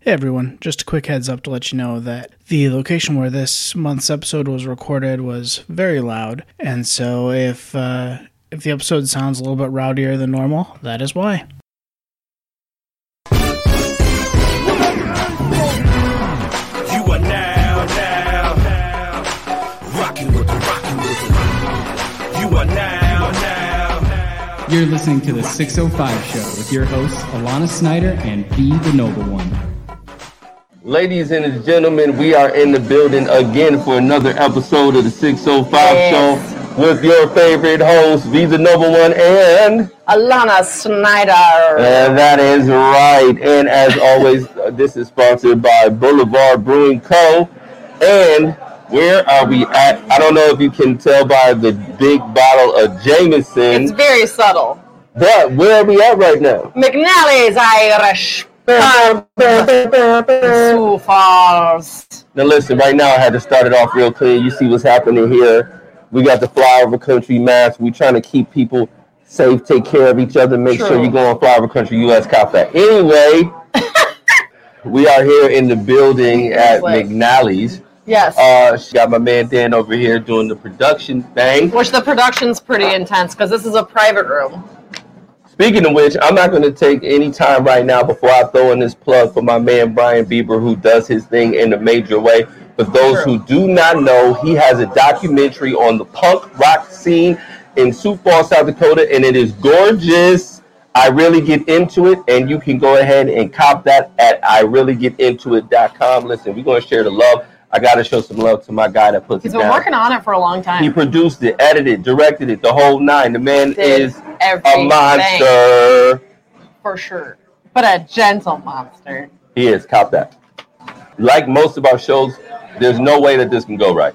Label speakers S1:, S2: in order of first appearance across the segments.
S1: Hey everyone, just a quick heads up to let you know that the location where this month's episode was recorded was very loud, and so if uh, if the episode sounds a little bit rowdier than normal, that is why.
S2: You are now, now, now rocking with the rocking with the rock. You are now, now, now.
S3: You're listening to the 605 Show with your hosts, Alana Snyder and B the Noble One.
S4: Ladies and gentlemen, we are in the building again for another episode of the 605 Show with your favorite host, Visa Number One, and
S5: Alana Snyder.
S4: and that is right. And as always, uh, this is sponsored by Boulevard Brewing Co. And where are we at? I don't know if you can tell by the big bottle of
S5: It's
S4: Jameson,
S5: very subtle.
S4: but where are we at right now?
S5: McNally's Irish Sioux Falls.
S4: Now listen, right now I had to start it off real clean. You see what's happening here. We got the flyover country mask. We're trying to keep people safe, take care of each other, make sure
S5: True.
S4: you go on flyover country US cop that. Anyway, we are here in the building at
S5: Wait.
S4: McNally's.
S5: Yes.
S4: Uh she got my man Dan over here doing the production thing.
S5: Which the production's pretty intense because this is a private room.
S4: Speaking of which, I'm not going to take any time right now before I throw in this plug for my man Brian Bieber, who does his thing in a major way. For those who do not know, he has a documentary on the punk rock scene in Sioux Falls, South Dakota, and it is gorgeous. I really get into it, and you can go ahead and cop that at ireallygetintoit.com. Listen, we're going to share the love. I got to show some love to my guy that puts
S5: He's
S4: it
S5: been
S4: down.
S5: working on it for a long
S4: He
S5: time.
S4: produced it, edited, directed it, the whole nine. The man
S5: Did
S4: is a
S5: everything,
S4: monster.
S5: For sure. But a gentle monster.
S4: He is cop that. Like most of our shows, there's no way that this can go right.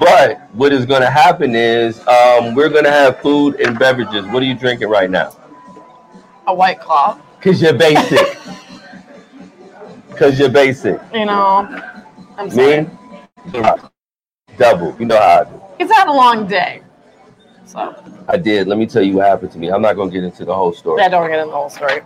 S4: but what is going to happen is um, we're going to have food and beverages. What are you drinking right now?
S5: A white claw.
S4: Cause you're basic. Cause you're basic.
S5: You know. I'm sorry.
S4: Me, double. You know how I do.
S5: He's had a long day. So
S4: I did. Let me tell you what happened to me. I'm not going to get into the whole story.
S5: I don't get into the whole story.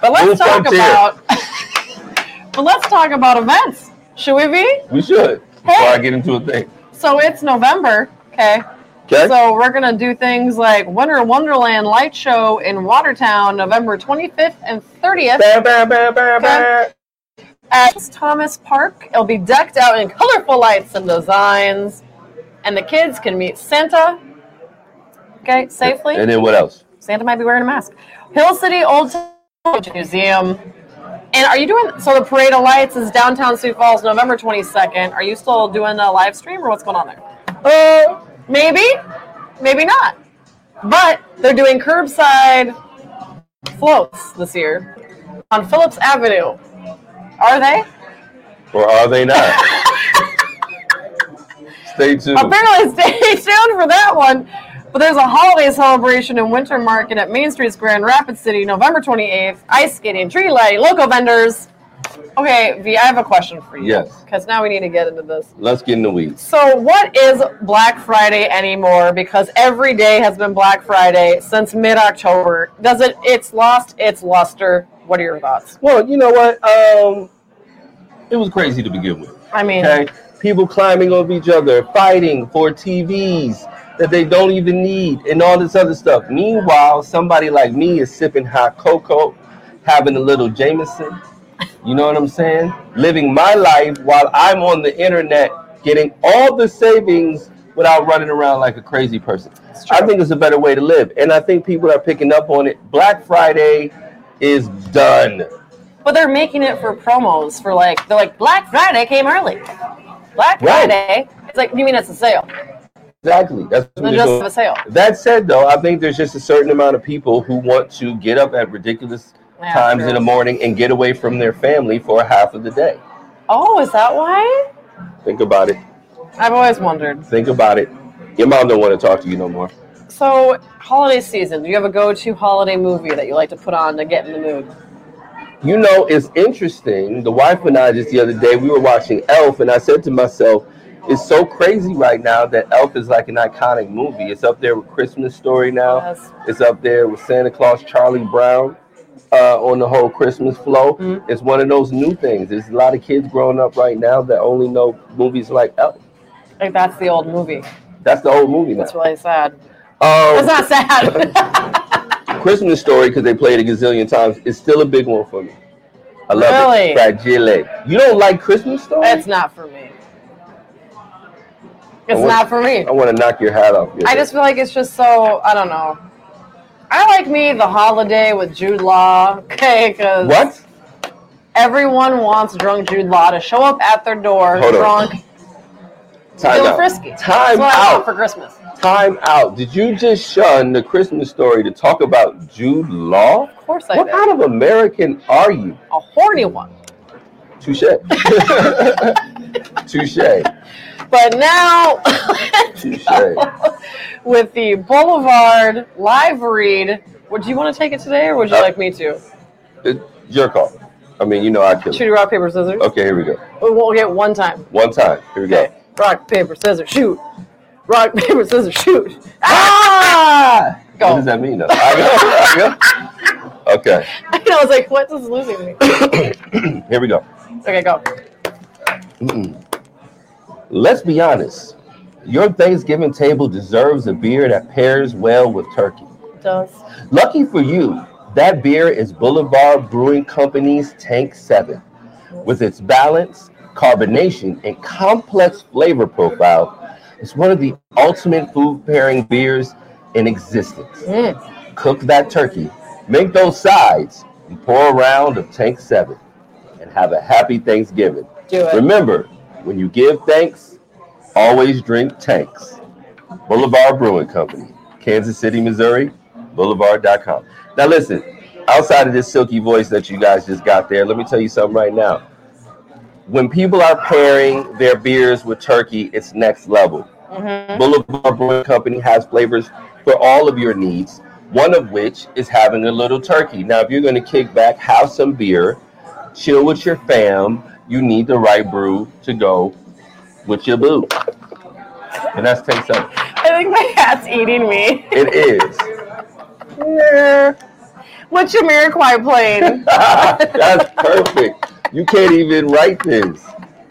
S5: But let's
S4: Move
S5: talk
S4: frontier.
S5: about But let's talk about events. Should we be?
S4: We should before
S5: Hey.
S4: I get into a thing.
S5: So it's November, okay?
S4: Okay.
S5: So we're gonna do things like Winter Wonderland Light Show in Watertown, November 25th and 30th
S4: Bam, bam, bam, bam, bam.
S5: at Thomas Park. It'll be decked out in colorful lights and designs, and the kids can meet Santa. Okay, safely.
S4: And then what else?
S5: Santa might be wearing a mask. Hill City Old Town Museum. And are you doing so? The Parade of Lights is downtown Sioux Falls, November 22nd. Are you still doing a live stream or what's going on there? Uh, maybe, maybe not. But they're doing curbside floats this year on Phillips Avenue. Are they?
S4: Or are they not? Stay tuned.
S5: Apparently, stay tuned for that one. But there's a holiday celebration and winter market at Main Street's Grand Rapids City, November 28th. Ice skating, tree lighting, local vendors. Okay, V, I have a question for you.
S4: Yes.
S5: Because now we need to get into this.
S4: Let's get in the weeds.
S5: So, what is Black Friday anymore? Because every day has been Black Friday since mid October. Does it, it's lost its luster. What are your thoughts?
S4: Well, you know what? Um, it was crazy to begin with.
S5: I mean,
S4: Okay, people climbing over each other, fighting for TVs that they don't even need, and all this other stuff. Meanwhile, somebody like me is sipping hot cocoa, having a little Jameson. You know what I'm saying? Living my life while I'm on the internet, getting all the savings without running around like a crazy person.
S5: true.
S4: I think it's a better way to live, and I think people are picking up on it. Black Friday is done.
S5: But they're making it for promos for like they're like Black Friday came early.
S4: Right.
S5: Black Friday. It's like you mean it's a sale.
S4: Exactly. That's what
S5: They're
S4: they're
S5: just
S4: doing.
S5: a sale.
S4: That said, though, I think there's just a certain amount of people who want to get up at ridiculous
S5: Yeah,
S4: times
S5: true.
S4: in the morning and get away from their family for half of the day.
S5: Oh, is that why?
S4: Think about it.
S5: I've always wondered.
S4: Think about it. Your mom don't want to talk to you no more.
S5: So holiday season, do you have a go-to holiday movie that you like to put on to get in the mood?
S4: You know, it's interesting. The wife and I just the other day we were watching Elf, and I said to myself, "It's so crazy right now that Elf is like an iconic movie. It's up there with Christmas Story now.
S5: Yes.
S4: It's up there with Santa Claus, Charlie Brown. uh, on the whole Christmas flow.
S5: Mm-hmm.
S4: It's one of those new things. There's a lot of kids growing up right now that only know movies like Elf.
S5: Like that's the old movie.
S4: That's the old movie now.
S5: That's really sad.
S4: Um,
S5: That's not sad.
S4: Christmas Story because they played it a gazillion times. It's still a big one for me. I love
S5: Really?
S4: it. Fragile. You don't like Christmas Story?
S5: That's not for me. It's
S4: want-
S5: not for me.
S4: I want to knock your hat off. your
S5: I
S4: head.
S5: just feel like it's just so I don't know. I like me the holiday with Jude Law, okay? Because
S4: what?
S5: everyone wants drunk Jude Law to show up at their door
S4: Hold on.
S5: drunk,
S4: Time
S5: feeling
S4: out.
S5: frisky. That's
S4: Time
S5: what I want
S4: out.
S5: for Christmas.
S4: Time out. Did you just shun the Christmas Story to talk about Jude Law?
S5: Of course I
S4: What
S5: did.
S4: kind of American are you?
S5: A horny one.
S4: Touche. Touche.
S5: But now
S4: Touche.
S5: with the Boulevard live read, would you want to take it today, or would you
S4: Uh,
S5: like me to?
S4: It's your call. I mean, you know I kill
S5: Shoot
S4: it.
S5: rock paper scissors.
S4: Okay, here we go.
S5: We won't get one time.
S4: One time. Here we go.
S5: Okay. Rock, paper, scissors, shoot. Rock, paper, scissors, shoot. Ah! Go.
S4: What does that mean? Though? I go. I go. Okay.
S5: I was like, what is losing me?
S4: Here we go.
S5: Okay, go.
S4: Let's be honest. Your Thanksgiving table deserves a beer that pairs well with turkey.
S5: Does.
S4: Lucky for you, that beer is Boulevard Brewing Company's Tank 7. With its balance, carbonation, and complex flavor profile, it's one of the ultimate food pairing beers in existence.
S5: Mm.
S4: Cook that turkey, make those sides, and pour a round of Tank 7 and have a happy Thanksgiving.
S5: Do it.
S4: Remember, when you give thanks, always drink tanks. Boulevard Brewing Company, Kansas City, Missouri, boulevard.com. Now, listen, outside of this silky voice that you guys just got there, let me tell you something right now. When people are pairing their beers with turkey, it's next level. Boulevard Brewing Company has flavors for all of your needs, one of which is having a little turkey. Now, if you're going to kick back, have some beer, chill with your fam, you need the right brew to go with your boo. And that's take seven.
S5: I think my cat's eating me.
S4: It is.
S5: What's your Miraquai playing?
S4: That's perfect. You can't even write this.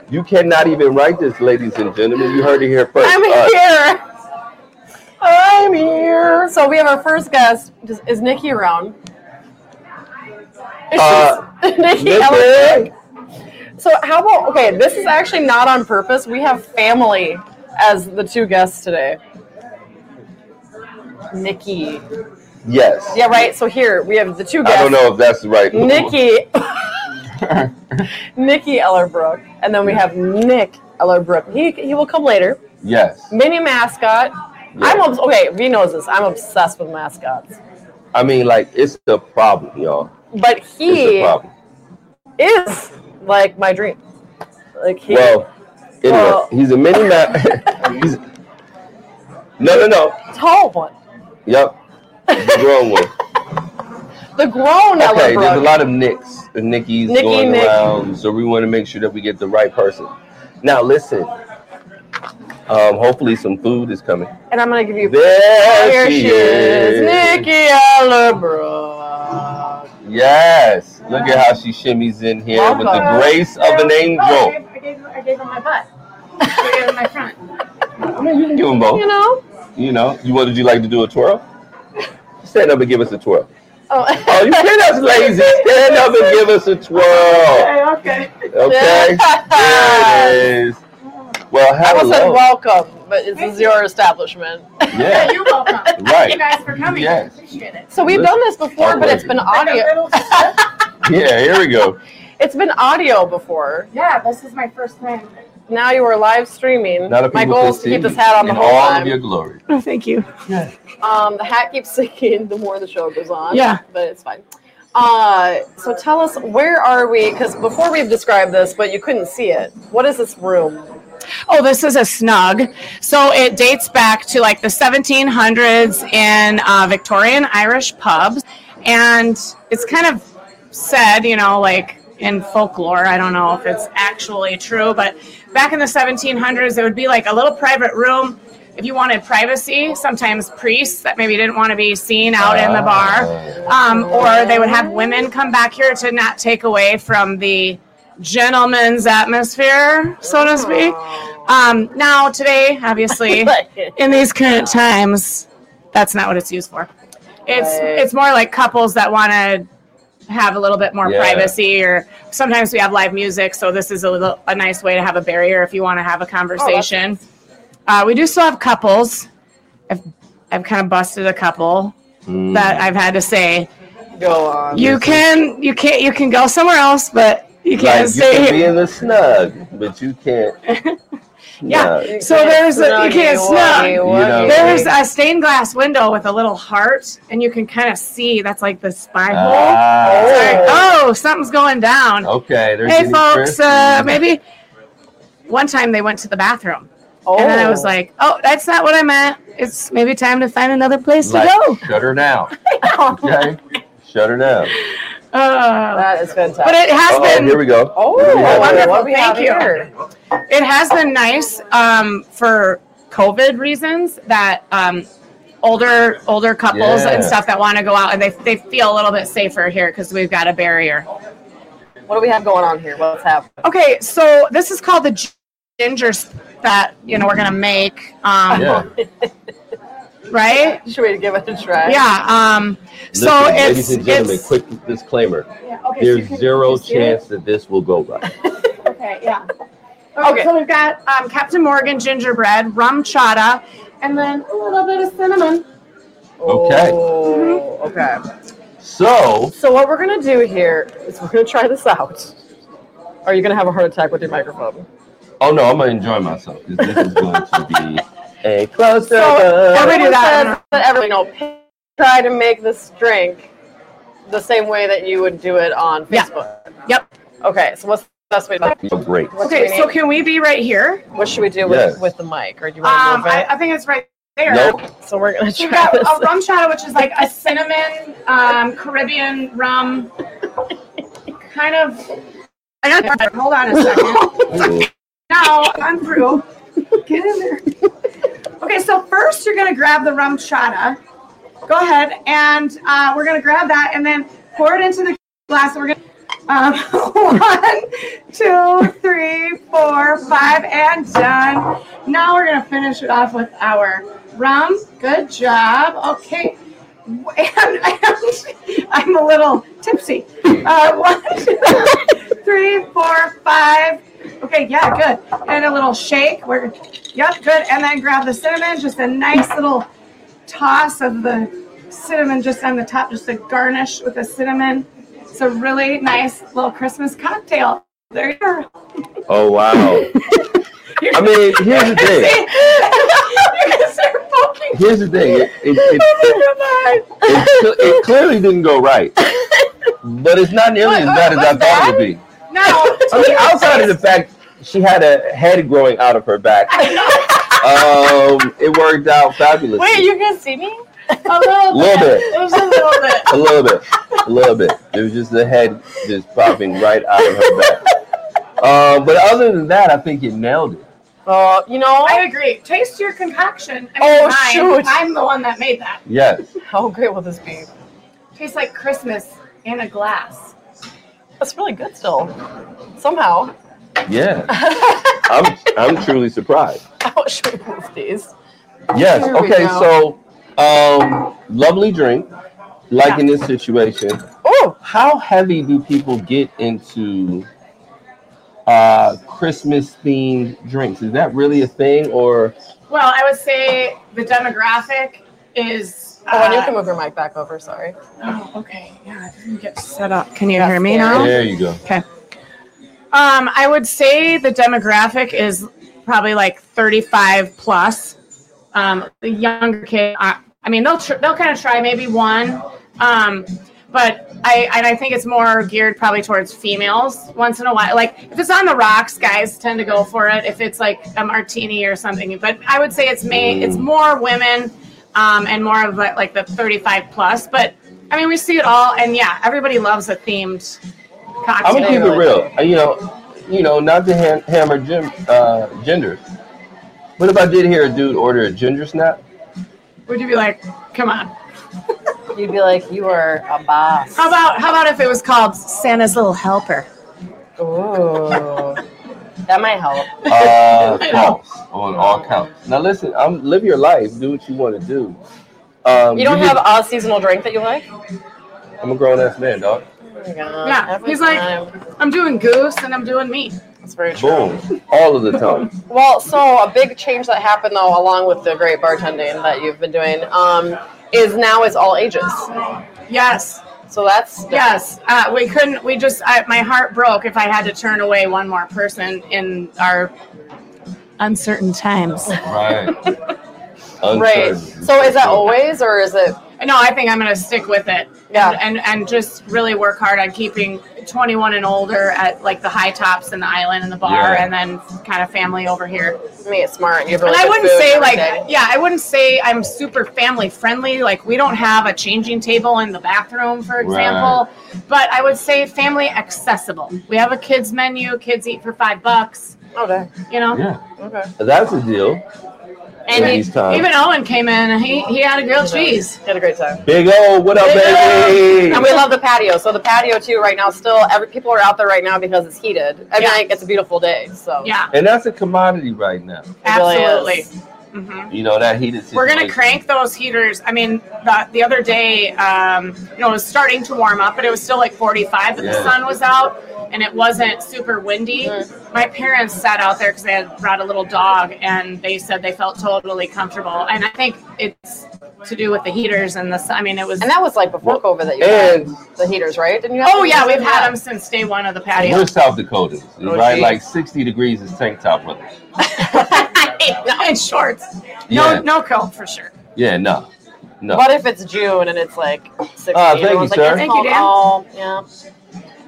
S4: You cannot even write this, ladies and gentlemen. You heard it here Uh, 1st
S5: I'm here. I'm here. So we have our first guest. Is, is Nikki around? Is
S4: Uh,
S5: she- Nikki, Ellen- So how about okay? This is actually not on purpose. We have family as the two guests today. Nikki.
S4: Yes.
S5: Yeah, right. So here we have the two guests.
S4: I don't know if that's the right.
S5: Nikki. Nikki Ellerbrook, and then we have Nick Ellerbrook. He he will come later.
S4: Yes.
S5: Mini mascot. I'm obs- okay. V knows this. I'm obsessed with mascots,
S4: I mean, like, it's the problem, y'all.
S5: but
S4: It's the
S5: he
S4: problem.
S5: is like my dream. Like he.
S4: Well, anyway,
S5: Well-
S4: he's a mini map. he's no, no, no.
S5: tall one.
S4: Yep, the grown one.
S5: The grown
S4: Okay, there's a
S5: Ellerbrook.
S4: lot of Nicks and Nickies
S5: Nicky,
S4: going
S5: Nick.
S4: around, so we want to make sure that we get the right person. Now, listen. Um, hopefully, some food is coming.
S5: and I'm gonna give you.
S4: There
S5: Here
S4: she
S5: she
S4: is.
S5: is, Nikki Ellerbrook.
S4: Yes, look at how she shimmies in here with the
S5: Welcome.
S4: grace of an
S6: I
S4: angel.
S6: gave, I gave him my butt. I gave him my front.
S4: I mean, you can give them
S5: You
S4: both.
S5: know.
S4: You know, you what? Would you like to do a twirl? Stand up and give us a twirl.
S5: Oh.
S4: Oh, you get us lazy. Stand up and give us a twirl.
S6: Okay, okay.
S4: Okay. There it is. Well,
S5: I almost said
S4: hello.
S5: welcome, but this is your establishment.
S4: Yeah.
S6: You're welcome. Thank you
S4: Right.
S6: guys for coming.
S4: Yes.
S6: Appreciate it.
S5: So we've done this before, but it's been
S6: Like a
S5: audio.
S6: little sister.
S4: Yeah. Here we go.
S5: It's been audio before.
S6: yeah, this is my first time.
S5: Now you are live streaming.
S4: Now that
S5: My
S4: people
S5: goal
S4: can
S5: is to keep
S4: see
S5: this hat on the
S4: in
S5: whole
S4: all
S5: time.
S4: of your glory.
S6: Thank you.
S5: Um, the hat keeps sinking the more the show goes on.
S6: Yeah.
S5: but it's fine. Uh, so tell us where are we? Because before we've described this, but you couldn't see it. What is this room?
S7: Oh, this is a snug. So it dates back to like the 1700s in uh, Victorian Irish pubs. And it's kind of said, you know, like in folklore, I don't know if it's actually true, but back in the 1700s, it would be like a little private room if you wanted privacy, sometimes priests that maybe didn't want to be seen out in the bar, um, or they would have women come back here to not take away from the gentleman's atmosphere, so to speak. Um, now, today, obviously, in these current times, that's not what it's used for. It's it's more like couples that want to have a little bit more
S4: Yeah.
S7: privacy, or sometimes we have live music, so this is a, little, a nice way to have a barrier if you want to have a conversation.
S4: Oh,
S7: uh, we do still have couples. I've I've kind of busted a couple
S4: Mm.
S7: that I've had to say
S5: Go on.
S7: you can you can't you can go somewhere else, but you can't
S4: Like, you
S7: stay
S4: can be
S7: here.
S4: in the snug, but you can't.
S7: Yeah.
S4: Nah.
S7: So there's a, you can't snug.
S4: You know.
S7: There's a stained glass window with a little heart, and you can kind of see that's like the spy hole.
S4: Ah,
S7: Like, oh, something's going down.
S4: okay. There's Oh,
S7: hey,
S4: getting
S7: folks,
S4: crispy.
S7: uh, maybe one time they went to the bathroom,
S5: oh.
S7: and then I was like, oh, that's not what I meant. It's maybe time to find another place to
S4: Like,
S7: go.
S4: shut her down. Okay, shut her down.
S7: Uh,
S5: that is fantastic.
S7: but it has
S4: Oh,
S7: been
S4: here we go.
S5: oh,
S4: Here we go.
S5: wonderful.
S7: What we have
S5: Thank you.
S7: here. it has been nice um, for COVID reasons that um, older older couples
S4: Yeah.
S7: and stuff that want to go out and they, they feel a little bit safer here because we've got a barrier.
S5: What do we have going on here? What's happening?
S7: Okay, so this is called the ginger that you know we're gonna make, um,
S4: Yeah.
S7: right?
S5: Should we give it a try?
S7: Yeah. Um, so
S4: Listen,
S7: it's
S4: ladies and gentlemen,
S7: it's-
S4: quick disclaimer:
S6: Yeah, okay, so you
S4: there's
S6: can-
S4: zero
S6: you can see it?
S4: chance that this will go right.
S6: Okay, yeah.
S7: Okay. So we've got um, Captain Morgan gingerbread, rum chata, and then a little bit of cinnamon.
S4: Okay.
S5: Oh, okay.
S4: So
S5: So what we're gonna do here is we're gonna try this out. Are you gonna have a heart attack with your microphone?
S4: Oh no, I'm gonna enjoy myself 'cause this is going to be a closer.
S5: So
S4: look.
S5: everyone
S7: do that.
S5: says that everyone know, try to make this drink the same way that you would do it on
S7: Yeah.
S5: Facebook.
S7: Yep.
S5: Okay, so what's the best way to
S4: You're Oh, great.
S7: Okay.
S5: we
S7: So
S5: need?
S7: can we be right here?
S5: what should we do with,
S4: Yes.
S5: with the mic? Or do you want to
S7: Um,
S5: move
S7: I,
S5: it?
S7: I think it's right there.
S4: Nope.
S5: so we're gonna
S7: You've
S5: try
S7: got
S5: this.
S7: a rum chata, which is like a cinnamon um, Caribbean rum, kind of. I got Hold on a second.
S4: Ooh.
S7: Now I'm through. Get in there. Okay, so first you're gonna grab the rum chata. Go ahead, and uh, we're gonna grab that, and then pour it into the glass. We're gonna um, one, two, three, four, five, and done. Now we're gonna finish it off with our rum. Good job. Okay. And, and I'm a little tipsy. Uh, one, two, three, four, five. Okay, yeah, good. And a little shake. We're yep, good. And then grab the cinnamon. Just a nice little toss of the cinnamon just on the top, just a garnish with the cinnamon. It's a really nice little Christmas cocktail. There you are.
S4: Oh wow. I mean, here's the thing.
S7: you guys are poking.
S4: Here's the thing. It, it, it,
S7: Oh my God.
S4: it, it clearly didn't go right, but it's not nearly as
S7: What-
S4: bad as I
S7: what's
S4: thought it
S7: that?
S4: would be.
S7: Now,
S4: I mean, outside of the fact she had a head growing out of her back, um, it worked out fabulous.
S5: you can see me?
S7: a little
S4: a little bit,
S5: It was just
S4: a
S5: a little bit.
S4: little bit, a little bit. It was just the head just popping right out of her back. Um, but other than that, I think you nailed it.
S5: Oh, you know
S7: I agree. Taste your concoction. I
S5: Oh,
S7: mine.
S5: shoot.
S7: I'm the one that made that.
S4: Yes.
S5: how great will this be?
S7: Tastes like Christmas in a glass.
S5: That's really good still. Somehow.
S4: Yeah. I'm I'm truly surprised.
S5: How should we move these?
S4: Yes.
S5: Here we
S4: Okay.
S5: go.
S4: So, um, lovely drink. Like in this situation,
S5: Oh,
S4: how heavy do people get into uh, Christmas themed drinks? Is that really a thing, or
S7: Well, I would say the demographic is. uh,
S5: oh, and you can move your mic back over. Sorry.
S7: oh, okay. Yeah, it didn't get set up. Can you hear me
S5: Yeah.
S7: now?
S4: there you go?
S7: Um, I would say the demographic is probably like 35 plus. Um, the younger kid, I, I mean, they'll tr- they'll kind of try maybe one, um, but I and I think it's more geared probably towards females once in a while. Like if it's on the rocks, guys tend to go for it. If it's like a martini or something, but I would say it's made it's more women um, and more of like, like the 35 plus. But I mean, we see it all, and yeah, everybody loves a themed
S4: I'm
S7: cocktail.
S4: gonna keep it real. Uh, You know, you know, not to ham- hammer gem, uh, gender, What if I did hear a dude order a ginger snap?
S7: Would you be like, come on?
S5: You'd be like, you are a boss.
S7: How about how about if it was called Santa's Little Helper?
S5: Ooh. that might help.
S4: Uh, false on all counts. Now listen, I'm live your life, do what you want to do. Um,
S5: You don't
S4: can-
S5: have a seasonal drink that you like? Oh
S4: I'm a grown ass man, dog.
S5: my God.
S7: Yeah, he's like- I'm doing goose and I'm doing me.
S5: that's very true.
S4: Boom, all of the time.
S5: Well, so a big change that happened though, along with the great bartending that you've been doing, um, is now it's all ages.
S7: Yes,
S5: So that's
S7: yes. Uh, we couldn't. We just. I, my heart broke if I had to turn away one more person in our uncertain times.
S4: Right.
S5: right.
S4: Uncertain.
S5: So is that always, or is it?
S7: No, I think I'm going to stick with it.
S5: Yeah.
S7: And, and and just really work hard on keeping 21 and older at like the high tops and the island and the bar,
S4: Yeah.
S7: and then kind of family over here.
S5: I mean, it's smart. You have really
S7: and I
S5: good
S7: wouldn't
S5: food
S7: say
S5: every
S7: like
S5: day.
S7: yeah, I wouldn't say I'm super family friendly. Like we don't have a changing table in the bathroom, for example. But I would say family accessible. We have a kids menu. Kids eat for five bucks.
S5: Oh, dang.
S7: You know.
S4: Yeah,
S5: Okay.
S4: that's a deal.
S7: And
S4: Yeah,
S7: he-
S4: these times.
S7: even Owen came in. and He he had a grilled cheese.
S5: Had a great time.
S4: Big O, what up, baby?
S5: And we love the patio. So the patio too, right now, still every people are out there right now because it's heated. I mean,
S7: Yeah.
S5: like, it's a beautiful day. So
S7: Yeah,
S4: and that's a commodity right now.
S5: it really is.
S7: absolutely. hmm
S4: You know that heated.
S7: We're gonna
S4: situation.
S7: crank those heaters. I mean, the, the other day, um, you know, it was starting to warm up, but it was still like 45, but
S4: Yeah.
S7: the sun was out and it wasn't super windy. My parents sat out there because they had brought a little dog, and they said they felt totally comfortable. And I think it's to do with the heaters and the. sun. I mean, it was.
S5: And that was like before COVID that you
S4: And-
S5: had the heaters, right? Didn't you? Have
S7: oh yeah, we've had
S5: Yeah.
S7: them since day one of the
S4: We're
S7: patio.
S4: South Dakotans,
S5: Oh,
S4: right?
S5: geez.
S4: Like 60 degrees is tank top weather.
S7: in shorts.
S4: Yeah.
S7: No, no coat for sure.
S4: Yeah, no, no.
S5: What if it's June and it's like 60?
S4: Ah, thank you, sir.
S7: Thank you, Dan.
S5: Oh, yeah.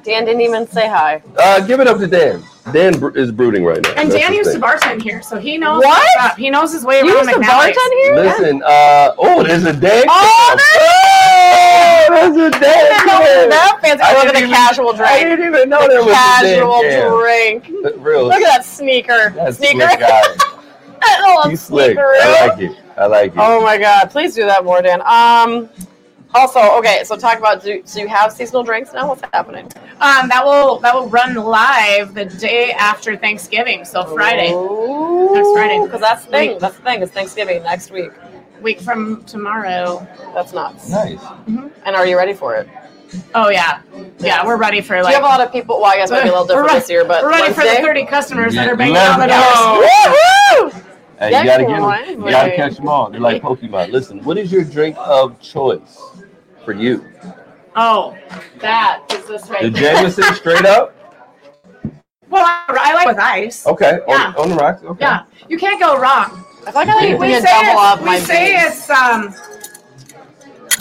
S5: Dan didn't even say hi.
S4: Uh, give it up to Dan. Dan br- is brooding right now.
S7: And
S4: That's
S7: Dan
S4: his
S7: used to
S4: thing.
S7: bartend here, so he knows
S5: What?
S7: what's up. He knows his way around
S5: You used to
S7: McNally's.
S5: bartend here?
S4: Listen, uh, oh, there's a Dan.
S5: Oh,
S4: Oh, there's a Dan.
S5: Look at that fancy.
S4: I
S5: Look at
S4: didn't
S5: the
S4: even-
S5: casual
S4: I
S5: drink.
S4: didn't even know
S5: The
S4: there was
S5: casual
S4: a Dan.
S5: drink.
S4: Cam. Real.
S5: Look at that sneaker.
S4: That's
S5: sneaker.
S4: slick guy.
S5: That little
S4: He's slick.
S5: sneaker.
S4: I like it. I like it.
S5: Oh my god! Please do that more, Dan. Um. Also, okay. So talk about. Do, so you have seasonal drinks now? What's happening?
S7: Um, that will that will run live the day after Thanksgiving, so Friday,
S4: Oh.
S7: Next Friday.
S5: Because that's the thing. That's the thing. It's Thanksgiving next week.
S7: week from tomorrow.
S5: That's nuts.
S4: Nice.
S5: And are you ready for it?
S7: Oh yeah, yeah, we're ready for
S5: Do you
S7: like
S5: have a lot of people? Well, I guess maybe a little
S7: We're
S5: different
S7: ready-
S5: this year, but
S7: we're ready for
S5: Wednesday?
S7: the thirty customers that
S4: Yeah,
S7: are banging
S4: let
S7: on the
S4: them
S7: doors.
S5: Woohoo!
S4: Hey,
S5: That's
S4: you gotta
S5: the
S4: get 'em.
S5: one.
S4: You gotta
S5: Wait.
S4: catch them all. They're like Pokemon. Listen, what is your drink of choice for you?
S7: Oh, that is this
S4: The
S7: right? there.
S4: Jameson straight up?
S7: well, I, I like with ice.
S4: Okay.
S7: Yeah.
S4: On, on the rocks. Okay.
S7: Yeah, you can't go wrong.
S5: I feel like I need to
S7: We
S5: be a
S7: say
S5: double
S7: it's,
S5: up
S7: we
S5: my
S7: say
S5: beans.
S7: it's um,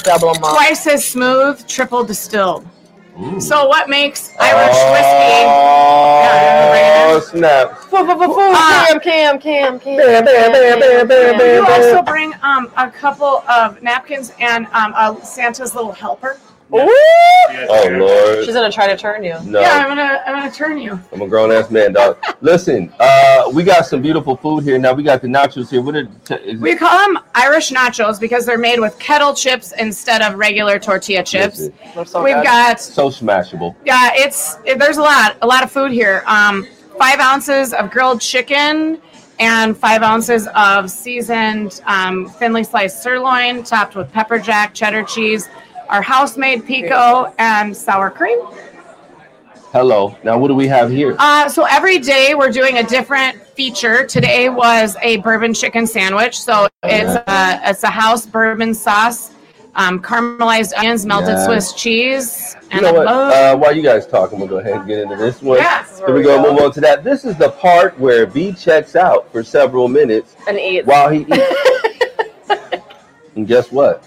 S5: double them up.
S7: twice as smooth, triple distilled.
S4: Ooh.
S7: So what makes Irish whiskey?
S4: Oh, snap.
S7: Ah.
S5: Cam, Cam, Cam, Cam.
S4: Bam, bam, bam, bam, bam,
S7: Can you
S4: bam, bam.
S7: also bring um, a couple of napkins and um, a Santa's little helper?
S4: Oh, Lord.
S5: She's gonna try to turn you.
S4: No,
S7: Yeah, I'm gonna I'm gonna turn you.
S4: I'm a grown ass man, dog. Listen, uh, we got some beautiful food here. Now we got the nachos here. What are t- is
S7: We call them Irish nachos because they're made with kettle chips instead of regular tortilla chips.
S4: Yes,
S5: They're so
S7: We've
S5: good.
S7: got
S4: so smashable?
S7: yeah, it's it, there's a lot a lot of food here. Um, five ounces of grilled chicken and five ounces of seasoned um, thinly sliced sirloin topped with pepper jack, cheddar cheese, our house made pico, and sour cream.
S4: Hello. Now what do we have here?
S7: Uh, so every day we're doing a different feature. Today was a bourbon chicken sandwich. So it's a, it's a house bourbon sauce, um, caramelized onions, melted
S4: Yes.
S7: Swiss cheese,
S4: You
S7: and
S4: know
S7: a
S4: what?
S7: boat.
S4: Uh, while you guys talking, we'll go ahead and get into this one.
S7: Yeah.
S5: This is
S4: Here
S5: where
S4: we go.
S5: go.
S4: Move on to that. This is the part where V checks out for several minutes
S5: And eat.
S4: while he eats. and guess what?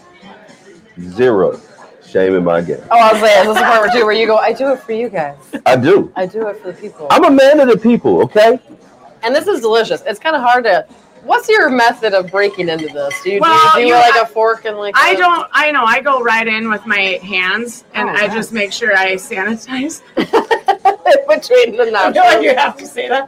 S4: Zero. Shame in my game.
S5: Oh, I was like, this is the part where too, where you go. I do it for you guys.
S4: I do.
S5: I do it for the people.
S4: I'm a man of the people, okay?
S5: And this is delicious. It's kind of hard to. What's your method of breaking into this? Do you
S7: Well,
S5: do, you, do
S7: you-
S5: like a fork and like?
S7: I
S5: a-
S7: don't. I know. I go right in with my hands, and
S5: Oh,
S7: I
S5: yes.
S7: just make sure I sanitize.
S5: between the
S7: I
S5: nachos.
S7: feel like you have to say that.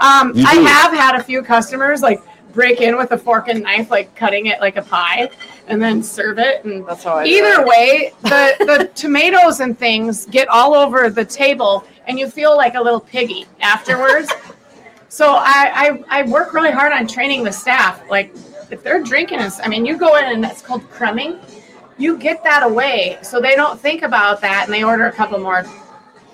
S7: Um,
S4: You
S7: I
S4: do.
S7: have had a few customers like break in with a fork and knife, like cutting it like a pie, and then serve it. And
S5: That's how I do
S7: either
S5: it.
S7: way, the the tomatoes and things get all over the table, and you feel like a little piggy afterwards. so I, I I work really hard on training the staff. Like if they're drinking, is I mean, you go in and that's called crumbing. You get that away, so they don't think about that, and they order a couple more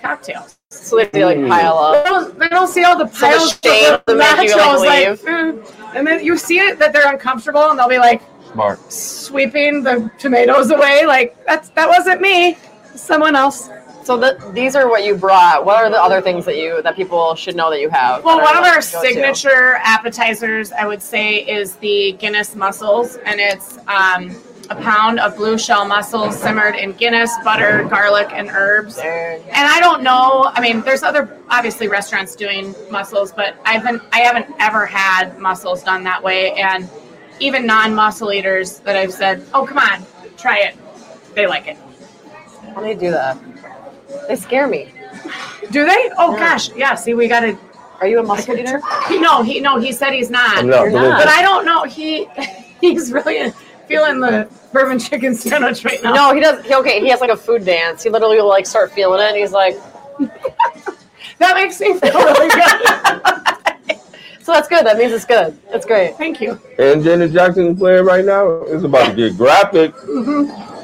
S7: cocktails
S5: So they do, Mm. like pile
S7: they
S5: up.
S7: don't, they don't see all the
S5: So the
S7: piles
S5: shame
S7: of the
S5: will make you, like,
S7: nachos, like,
S5: leave.
S7: mm. and then you see it that they're uncomfortable, and they'll be like
S4: Smart.
S7: sweeping the tomatoes away, like that's that wasn't me, someone else.
S5: So the, these are what you brought. What are the other things that you that people should know that you have?
S7: Well,
S5: that
S7: one
S5: are,
S7: of
S5: like,
S7: our
S5: go-to?
S7: signature appetizers, I would say, is the Guinness mussels, and it's um, a pound of blue shell mussels simmered in Guinness, butter, garlic, and herbs.
S5: There.
S7: And I don't know. I mean, there's other obviously restaurants doing mussels, but I've been I haven't ever had mussels done that way. And even non-mussel eaters that I've said, "Oh, come on, try it," they like it.
S5: How do they do that? They scare me.
S7: Do they? Oh gosh, yeah. See, we got to.
S5: Are you a muscle eater?
S7: No, he no. He said he's not.
S4: I'm not.
S5: You're
S4: believe
S5: not.
S7: But
S4: it.
S7: I don't know. He he's really feeling the bourbon chicken sandwich right now.
S5: No, he does. He, okay, he has like a food dance. He literally will like start feeling it, and he's like,
S7: that makes me feel really good.
S5: "So that's good. That means it's good. That's great."
S7: Thank you.
S4: And Janet Jackson is playing right now. It's about to get graphic.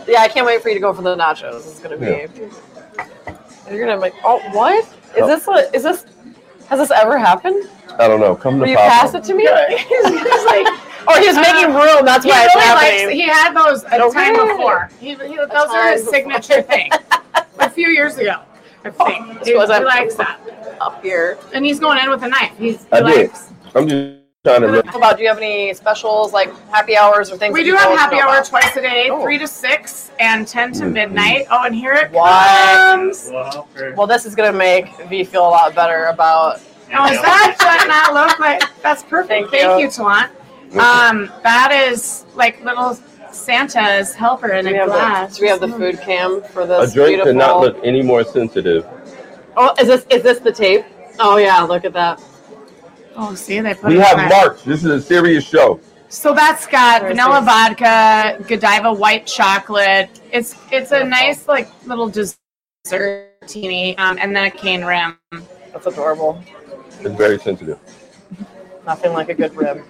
S5: Yeah, I can't wait for you to go for the nachos. It's gonna be. You're gonna be like, oh, what is this? A, is this? Has this ever happened?
S4: I don't know. Come to
S5: Will you
S4: Papa.
S5: pass it to me?
S7: he's, he's like.
S5: Or he was making room. That's
S7: Uh, He
S5: why it's
S7: really
S5: happening.
S7: likes. He had those a
S5: Okay.
S7: time before. He, he, those are his
S5: time
S7: signature thing. A few years ago, I think. He,
S5: Oh, this was
S7: he
S5: a-
S7: likes that,
S5: up here.
S7: and he's going in with a knife. He's, he
S4: I did.
S7: likes.
S4: I'm just trying to.
S5: How about do you have any specials like happy hours or things?
S7: We
S5: that
S7: do
S5: people
S7: have
S5: should
S7: happy
S5: know
S7: hour
S5: about?
S7: twice a day,
S5: Oh. Mm-hmm.
S7: three to six and ten to
S4: Mhm.
S7: midnight. Oh, and here it
S5: Wow.
S7: comes.
S5: Well, this is gonna make V feel a lot better about.
S7: Oh, is that does not look like that's perfect?
S5: Thank
S7: Thank
S5: you.
S7: you, Tuan. Um, that is like little Santa's helper in
S5: Do we
S7: a
S5: have
S7: glass.
S5: the, do we have the food cam for
S4: A
S5: this?
S4: drink
S5: beautiful,
S4: could not look any more sensitive.
S5: Oh, is this is this the tape? Oh yeah, look at that.
S7: Oh, see, they put
S4: We
S7: it
S4: have
S7: back.
S4: March. This is a serious show.
S7: So that's got
S5: Very
S7: vanilla
S5: sweet.
S7: vodka, Godiva white chocolate. It's it's a nice like little dessertini, um, and then a cane rim.
S5: That's adorable.
S4: It's very sensitive.
S5: Nothing like a good rib.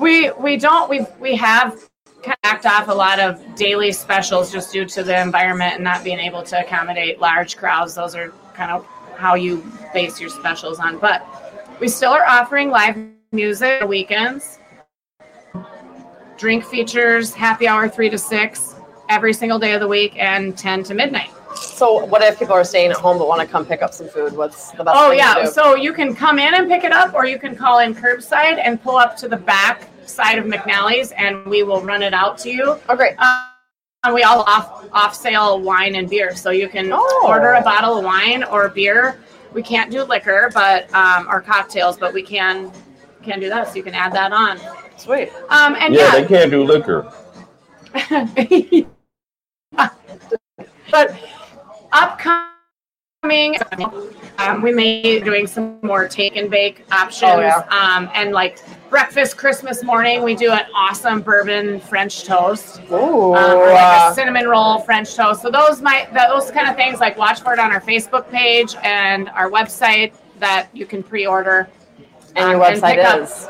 S7: We we don't we we have kind of backed off a lot of daily specials just due to the environment and not being able to accommodate large crowds. Those are kind of how you base your specials on, but we still are offering live music on weekends, drink features, happy hour three to six every single day of the week, and ten to midnight.
S5: So, what if people are staying at home but want to come pick up some food? What's the best?
S7: Oh
S5: thing
S7: yeah,
S5: To do?
S7: so you can come in and pick it up, or you can call in curbside and pull up to the back side of McNally's, and we will run it out to you.
S5: oh great.
S7: Um, and we all off off sale wine and beer, so you can
S5: Oh.
S7: order a bottle of wine or beer. We can't do liquor, but um, or cocktails, but we can can do that. So you can add that on.
S5: Sweet.
S7: Um, and
S4: Yeah,
S7: yeah,
S4: they can't do liquor.
S7: but upcoming, um, we may be doing some more take and bake options.
S5: Oh, yeah.
S7: um, and like breakfast Christmas morning, we do an awesome bourbon French toast.
S5: Ooh.
S7: Um, or like
S5: uh,
S7: a cinnamon roll, French toast. So those might those kind of things. Like watch for it on our Facebook page and our website that you can pre-order.
S5: and your
S7: um, and pick
S5: website
S7: up-
S5: is.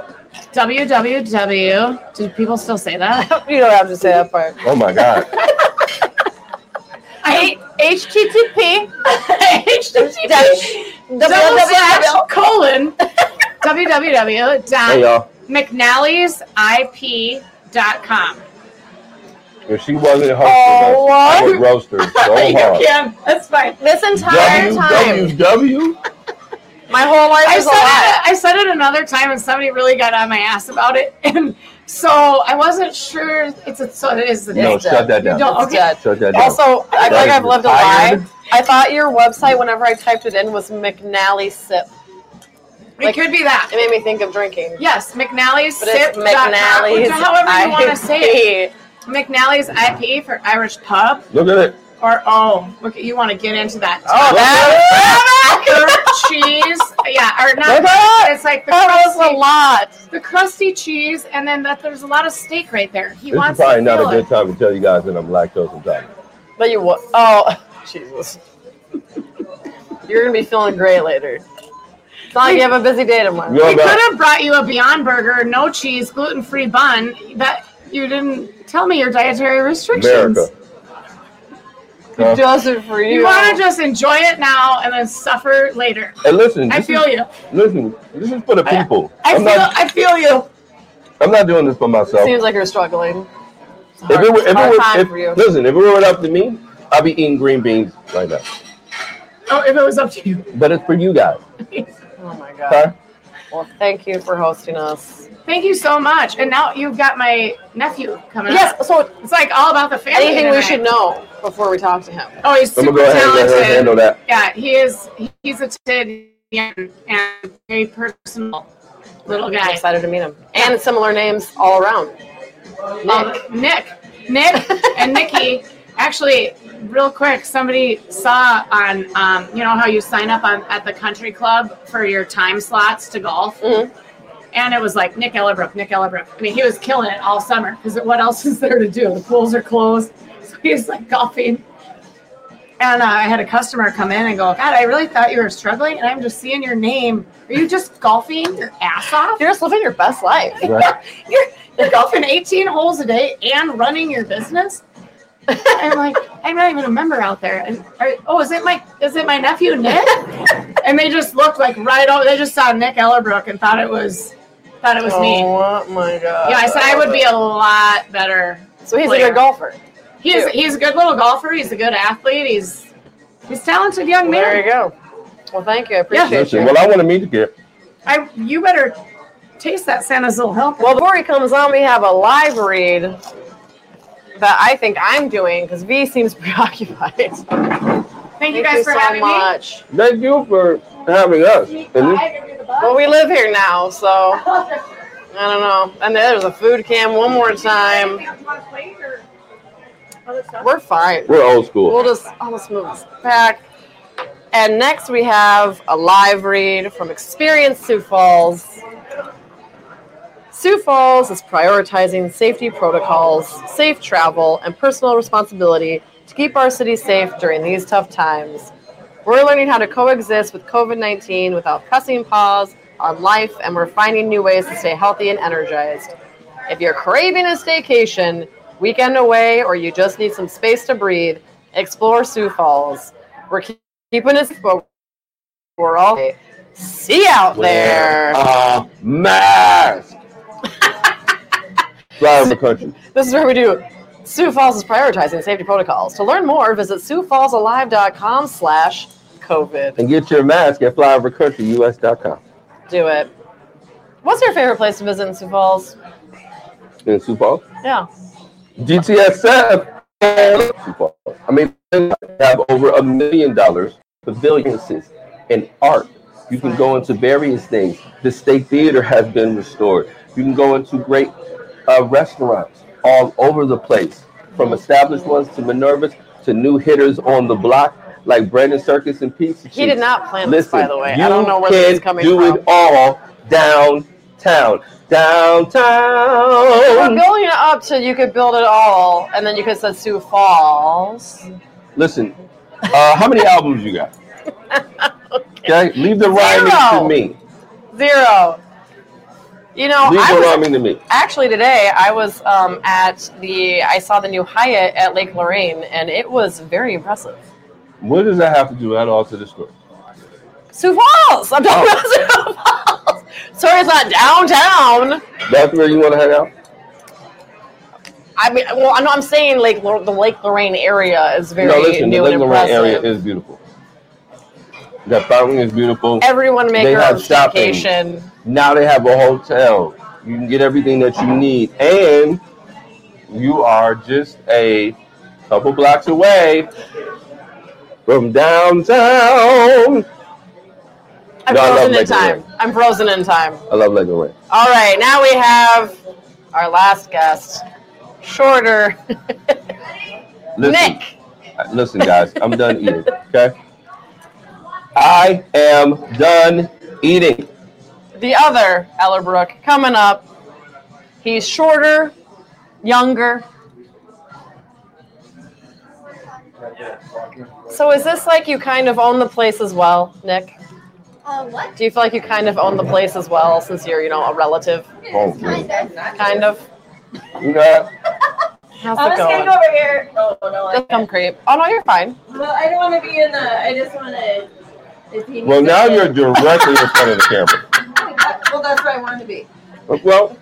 S7: www. Do people still say that?
S5: you don't have to say that part.
S4: Oh my God.
S7: I HTTP
S5: Dash-
S7: double slash
S5: www.
S7: colon
S4: hey
S7: www
S4: y'all.
S7: dot com.
S4: If she wasn't hosting
S5: Oh,
S4: us, I
S5: what?
S4: would roast her so
S7: you
S4: hard.
S7: can. That's fine.
S5: This entire time,
S4: WWW?
S5: my whole life
S7: I
S5: is
S7: said,
S5: a lie.
S7: it, I said it another time, and somebody really got on my ass about it, and so I wasn't sure. It's a, so it is the
S4: No,
S7: day.
S4: Oh, shut that down.
S7: don't-
S5: It's
S7: okay.
S5: dead.
S4: Shut that down.
S5: Also, I feel like I've lived a
S4: Tired.
S5: lie. I thought your website, whenever I typed it in, was McNally Sip.
S7: it could be that.
S5: It made me think of drinking.
S7: Yes, McNally's
S5: But it's
S7: sip. dot com,
S5: McNally's.
S7: which- However you want to say it.
S5: IP.
S7: McNally's IP for Irish Pub.
S4: Look at it.
S7: Or oh, look, you want to get into that?
S5: Oh,
S4: Look at
S5: that.
S7: Church cheese. Yeah, or
S5: Look
S7: not.
S5: at
S7: It's like the
S5: That was a
S7: crusty,
S5: lot.
S7: the crusty cheese, and then that there's a lot of steak right there. He
S4: This is
S7: wants
S4: probably
S7: to
S4: not
S7: feel
S4: a good
S7: it.
S4: time to tell you guys that I'm lactose intolerant.
S5: But you what? Oh, Jesus. You're gonna be feeling great later. It's not like you have a busy day tomorrow.
S4: You know
S7: We could
S4: about
S7: have brought you a Beyond Burger, no cheese, gluten free bun. That you didn't tell me your dietary restrictions.
S4: America. Huh?
S5: Just for you.
S7: You want to just enjoy it now and then suffer later.
S4: And listen,
S7: I
S4: this
S7: feel
S4: is,
S7: you.
S4: listen, this is for the people.
S5: I
S4: am
S5: feel.
S4: not,
S5: I feel you.
S4: I'm not doing this for myself.
S5: Seems like you're struggling. It's a
S4: If
S5: hard-
S4: it were, if
S5: it's a
S4: it
S5: hard
S4: were,
S5: time
S4: if-
S5: for you.
S4: listen, if it were up to me, I'd be eating green beans right now.
S7: Oh, if it was up to you.
S4: But it's for you guys.
S5: oh my god.
S4: Huh?
S5: Well, thank you for hosting us.
S7: Thank you so much. And now you've got my nephew coming up.
S5: Yes. So
S7: It's like all about the family.
S5: anything we
S7: tonight.
S5: should know before we talk to him.
S7: Oh, he's
S4: I'm
S7: super
S4: gonna go ahead and let
S7: talented.
S4: her handle that.
S7: Yeah, he is. He's a tid and very personal little
S5: I'm
S7: guy.
S5: excited to meet him. And similar names all around.
S7: Um,
S5: Nick.
S7: Nick, Nick, and Nikki. Actually, real quick, somebody saw on um, you know how you sign up on at the country club for your time slots to golf,
S5: Mhm.
S7: and it was like Nick Ellibrook, Nick Ellibrook. I mean, he was killing it all summer because what else is there to do? The pools are closed, so he's like golfing. And uh, I had a customer come in and go, God, I really thought you were struggling, and I'm just seeing your name. Are you just golfing your ass off?
S5: You're just living your best life.
S4: Right.
S7: you're, you're golfing 18 holes a day and running your business. I'm like, I'm not even a member out there. And are, oh, is it my is it my nephew Nick? and they just looked like right over. They just saw Nick Ellerbrook and thought it was thought it was me.
S5: Oh my god.
S7: Yeah, I said I would be a lot better.
S5: So he's a
S7: player.
S5: good golfer.
S7: He's
S5: Cute.
S7: he's a good little golfer. He's a good athlete. He's he's a talented young
S5: There you
S7: man.
S5: go. Well, thank you. I appreciate
S4: Listen,
S5: you.
S4: well, I want to meet the kid.
S7: I you better taste that Santa's little help.
S5: Well, before he comes on, we have a live read that I think I'm doing because V seems preoccupied. Thank,
S7: Thank you guys for
S5: so
S7: having me.
S5: much.
S4: Thank you for having us. And this-
S5: Well, we live here now, so I don't know. And there's a food cam one more time. We're fine.
S4: We're old
S5: We'll
S4: school.
S5: just I'll just move this back. And next we have a live read from Experience Sioux Falls. Sioux Falls is prioritizing safety protocols, safe travel, and personal responsibility to keep our city safe during these tough times. We're learning how to coexist with COVID 19 without pressing pause on life, and we're finding new ways to stay healthy and energized. If you're craving a staycation, weekend away, or you just need some space to breathe, explore Sioux Falls. We're keep- keeping it, but we're all see you out there.
S4: Uh, mask. Fly over the country.
S5: This is where we do. Sioux Falls is prioritizing safety protocols. To learn more, visit siouxfallsalive.com slash COVID.
S4: And get your mask at flyovercountryus.com.
S5: Do it. What's your favorite place to visit in Sioux Falls?
S4: In Sioux Falls.
S5: Yeah.
S4: GTSF. I mean, they have over a million dollars pavilions and art. You can go into various things. The State Theater has been restored. You can go into great uh, restaurants all over the place, from established ones to Minerva's to new hitters on the block, like Brandon Circus and Pizza.
S5: He did
S4: Chief.
S5: not plan
S4: Listen,
S5: this, by the way.
S4: you
S5: I don't know where
S4: can
S5: this is coming
S4: do
S5: from.
S4: it all downtown.
S5: We're
S4: Downtown.
S5: building it up so you could build it all, and then you could say Sioux Falls.
S4: Listen, uh, how many albums you got? okay. leave the rhyming
S5: Zero.
S4: to me.
S5: Zero. You know,
S4: Leave
S5: Oh, I
S4: the
S5: was
S4: rhyming to me.
S5: actually today I was um, at the I saw the new Hyatt at Lake Lorraine, and it was very impressive.
S4: What does that have to do at all to the story?
S5: Sioux Falls. I'm talking
S4: Oh.
S5: about Sioux Falls. Sorry, it's not downtown.
S4: That's where you want to hang out?
S5: I mean, well, I'm, I'm saying like Lo- the Lake Lorraine area is very
S4: no, listen, the
S5: new
S4: Lake
S5: and
S4: Lorraine
S5: impressive.
S4: area is beautiful. The fountain is beautiful.
S5: Everyone make
S4: They
S5: their
S4: have
S5: own
S4: shopping.
S5: vacation.
S4: Now they have a hotel. You can get everything that you need, and you are just a couple blocks away from downtown.
S5: I'm
S4: No, I love
S5: frozen in
S4: Lake
S5: time.
S4: Lorraine.
S5: I'm frozen in time.
S4: I love Lake Lorraine.
S5: All right, now we have our last guest, shorter
S4: Listen,
S5: Nick.
S4: Listen, guys, I'm done eating. Okay. I am done eating.
S5: The other Ellerbrook coming up. He's shorter, younger. So is this like you kind of own the place as well, Nick?
S8: Uh, what?
S5: Do you feel like you kind of own the place as well since you're, you know, a relative?
S4: Oh,
S8: Kind of.
S5: Kind of.
S4: You know,
S5: How's
S8: I'm
S5: it
S8: just
S5: going?
S8: gonna go over here. Oh no, I
S5: Just Come creep. Oh no, you're fine.
S8: Well, I don't want to be in the. I just want to.
S4: well, now you're directly in front of the camera.
S8: Well, that's where I wanted to be.
S4: Well,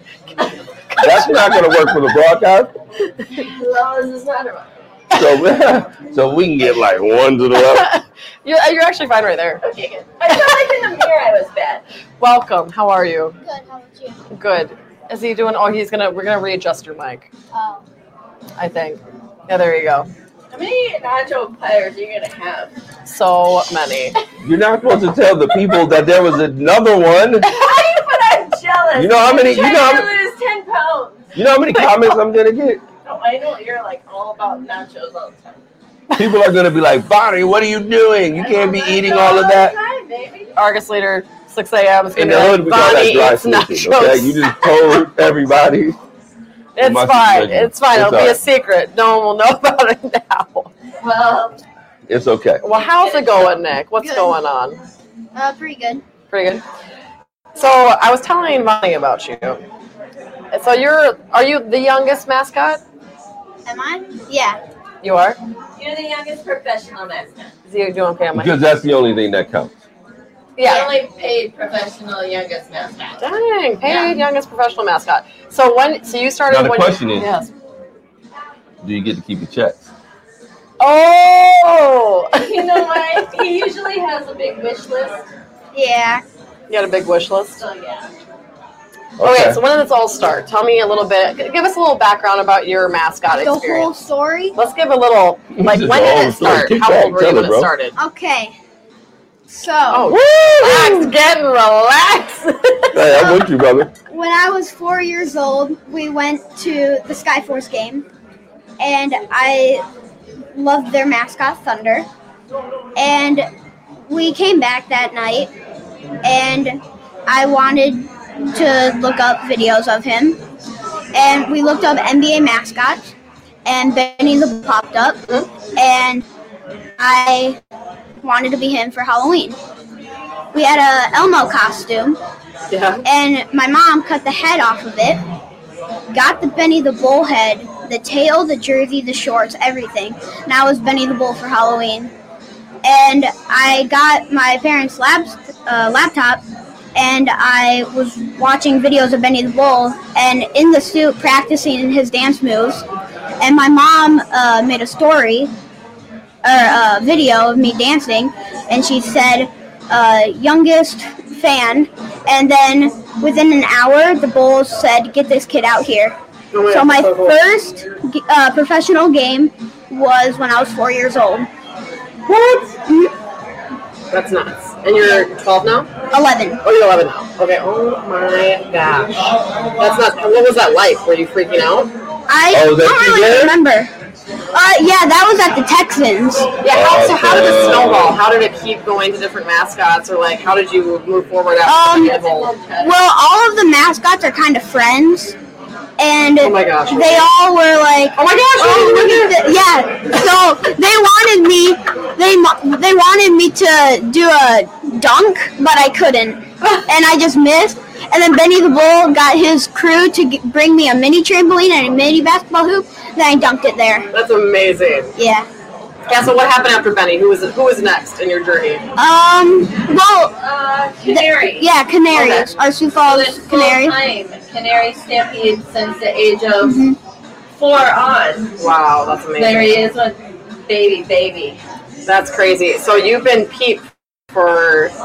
S4: that's not going to work for the broadcast.
S8: Well, this is not about.
S4: So, so we can get like one to the left.
S5: You're, you're actually fine right there.
S8: Okay, good. I felt like in the mirror I was bad.
S5: Welcome. How are you?
S8: Good. How about you?
S5: Good. Is he doing? Oh, he's gonna. We're gonna readjust your mic.
S8: Oh.
S5: I think. Yeah, there you go.
S8: How many nacho players are you gonna have?
S5: So many.
S4: You're not supposed to tell the people that there was another one.
S8: but I'm jealous.
S4: You know how many- you
S8: I'm trying
S4: know how
S8: to
S4: many-
S8: lose ten pounds.
S4: You know how many comments I'm going to get?
S8: No, I know you're like all about nachos all the time.
S4: People are going to be like, Bonnie, what are you doing? You can't be eating all of that.
S5: Argus leader, 6 a.m. It's
S4: In
S5: gonna
S4: the
S5: be
S4: hood,
S5: like,
S4: we call that
S5: Bonnie
S4: dry
S5: eats
S4: snitching.
S5: nachos.
S4: Okay, you just told everybody.
S5: it's
S4: my
S5: fine.
S4: situation.
S5: It's fine.
S4: It's
S5: It'll be a
S4: alright.
S5: secret. No one will know about it now.
S8: Well,
S4: It's okay.
S5: Well, how's it going, Nick? What's
S8: Good.
S5: going on?
S8: uh, pretty good.
S5: Pretty good. So I was telling Bonnie about you. So you're are you the youngest mascot?
S8: Am I? Yeah.
S5: You are.
S8: You're the youngest professional mascot.
S5: Is he doing okay on my?
S4: Because that's the only thing that counts.
S5: Yeah.
S8: only paid professional youngest mascot.
S5: Dang. Hey, youngest professional mascot. So when? So you started.
S4: Now the
S5: when
S4: question
S5: you,
S4: is-
S5: Yes.
S4: Do you get to keep your checks?
S5: Oh.
S8: You know what? he usually has a big wish list. Yeah.
S5: You got a big wish list.
S8: So yeah.
S5: Okay. so when did this all start? Tell me a little bit. Give us a little background about your mascot
S9: The whole
S5: experience.
S9: story?
S5: Let's give a little. Like
S4: This is
S5: when did
S4: all
S5: it start?
S4: story.
S5: How old were
S4: Tell
S5: you
S4: it,
S5: when it
S4: bro.
S5: started?
S9: Okay. So,
S5: Oh, relax, getting relaxed.
S4: Hey, I'm with you, brother.
S9: when I was four years old, we went to the Skyforce game, and I loved their mascot, Thunder. And we came back that night, and I wanted to look up videos of him. And we looked up NBA mascots, and Benny the Butcher popped up, and I wanted to be him for Halloween. We had a Elmo costume,
S5: yeah.
S9: and my mom cut the head off of it. Got the Benny the Bull head, the tail, the jersey, the shorts, everything. And I was Benny the Bull for Halloween. And I got my parents' lab, uh, laptop, and I was watching videos of Benny the Bull, and in the suit practicing his dance moves. And my mom uh, made a story or a video of me dancing, and she said, uh, youngest fan. And then within an hour, the Bulls said, get this kid out here.
S5: Oh,
S9: So my first g- uh, professional game was when I was four years old. What?
S5: That's nuts. And you're 12 now?
S9: 11.
S5: Oh, you're 11 now. Okay. Oh my gosh. That's not. What was that like? Were you freaking out?
S9: I
S4: Oh,
S9: don't
S4: that's you
S9: really
S4: there?
S9: remember. Uh, yeah, that was at the Texans.
S5: Yeah. How, so how did it
S4: Awesome.
S5: snowball? How did it keep going to different mascots, or like how did you move forward after
S9: Um,
S5: the whole?
S9: Well, all of the mascots are kind of friends, and
S5: Oh my gosh.
S9: they all were like,
S5: Oh my gosh!
S9: Oh,
S5: look
S9: look
S5: at
S9: at the- yeah. So they wanted me. They mo- they wanted me to do a dunk, but I couldn't, and I just missed. And then Benny the Bull got his crew to g- bring me a mini trampoline and a mini basketball hoop. Then I dunked it there.
S5: That's amazing.
S9: Yeah.
S5: Yeah. So what happened after Benny? Who was who was next in your journey?
S9: Um. Well.
S8: Uh,
S9: th-
S8: canary.
S9: yeah, canaries. Our Sioux Falls canary.
S8: Time. Canary Stampede since the age of
S9: Mm-hmm.
S8: four on.
S5: Wow, that's amazing.
S8: There he is with baby, baby.
S5: That's crazy. So you've been peep for, and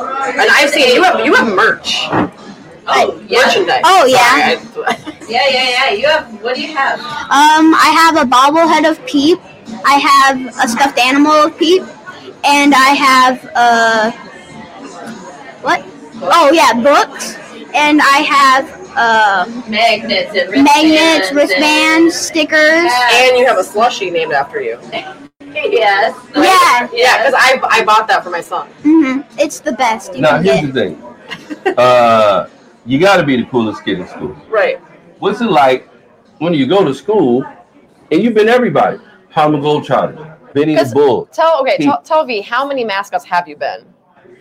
S5: I've seen you have you have merch,
S8: Oh, yeah.
S5: merchandise.
S9: Oh, yeah.
S5: Sorry, I-
S8: Yeah, yeah, yeah. You have, what do you have?
S9: Um. I have a bobblehead of Peep. I have a stuffed animal of Peep, and I have uh. What? Oh yeah, books, and I have uh,
S8: Magnets and wristbands.
S9: magnets,
S8: and-
S9: wristbands, stickers.
S8: Yeah.
S5: and you have a slushie named after you.
S7: yes.
S9: Yeah.
S5: Yeah, because I, I bought that for my son.
S9: hmm It's the best you
S4: Now
S9: can
S4: here's
S9: get.
S4: the thing. Uh, you got to be the coolest kid in school.
S5: Right.
S4: What's it like when you go to school and you've been everybody? Palmer Goldtrotter, Benny the
S5: 'Cause-
S4: Bull.
S5: Tell okay,
S4: Hmm.
S5: tell, tell V, how many mascots have you been?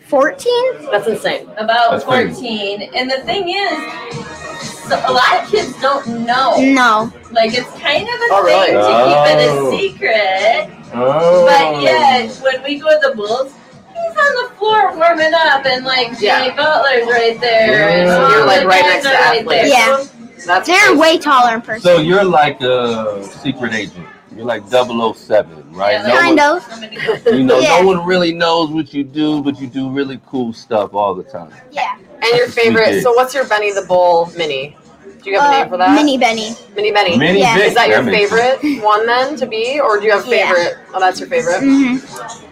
S9: 14?
S5: That's insane.
S7: About
S4: That's crazy.
S7: 14. And the thing is, so a lot of kids don't know.
S9: No.
S7: Like, it's kind of a
S5: Oh, really?
S7: thing to
S4: Oh.
S7: keep it a secret.
S4: Oh.
S7: But yet, when we go to the Bulls, he's on the floor warming up, and like
S5: Yeah.
S7: Jimmy Butler's right there. And
S4: So
S7: all
S4: you're, like,
S7: the
S5: right
S7: guys
S5: next to
S7: are
S5: the
S7: right
S5: athlete.
S7: there.
S9: Yeah.
S5: That's
S9: They're
S5: crazy.
S9: way taller in person.
S4: Oh. So you're like a secret agent. You're like 007, right?
S7: Yeah, like-
S9: kind
S4: one,
S9: of.
S4: You know,
S9: Yeah.
S4: no one really knows what you do, but you do really cool stuff all the time.
S9: Yeah.
S5: And your favorite? So what's your Benny the Bull mini? Do you have a
S9: Uh,
S5: name for that?
S9: Mini Benny.
S5: Mini Benny.
S4: Many
S9: Yeah.
S4: big
S5: Is that your
S4: damage.
S5: favorite one then to be, or do you have
S9: Yeah.
S5: favorite? Oh, that's your favorite.
S9: hmm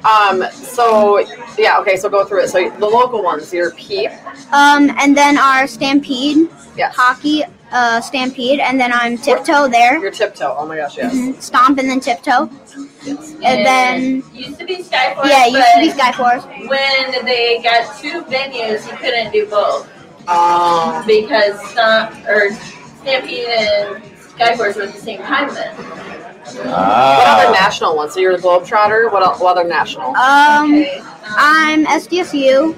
S5: Um. So yeah. Okay. So go through it. So the local ones. Your Peep.
S9: Um, and then our Stampede,
S5: Yes.
S9: hockey, uh, Stampede, and then I'm tiptoe there.
S5: Your Tiptoe. Oh my gosh. Yes.
S9: Mhm. Stomp and then tiptoe. And then,
S7: used to be Skyforce, yeah,
S9: yeah, it used to be Skyforce.
S7: but when they got two venues, you couldn't do both
S5: Um.
S7: because Stomp or Stampede and Skyforce were at the same time then.
S5: What
S4: Ah.
S5: other national ones? So you're a Globetrotter. What, el- what other national?
S9: Um,
S7: Okay. Um,
S9: I'm SDSU.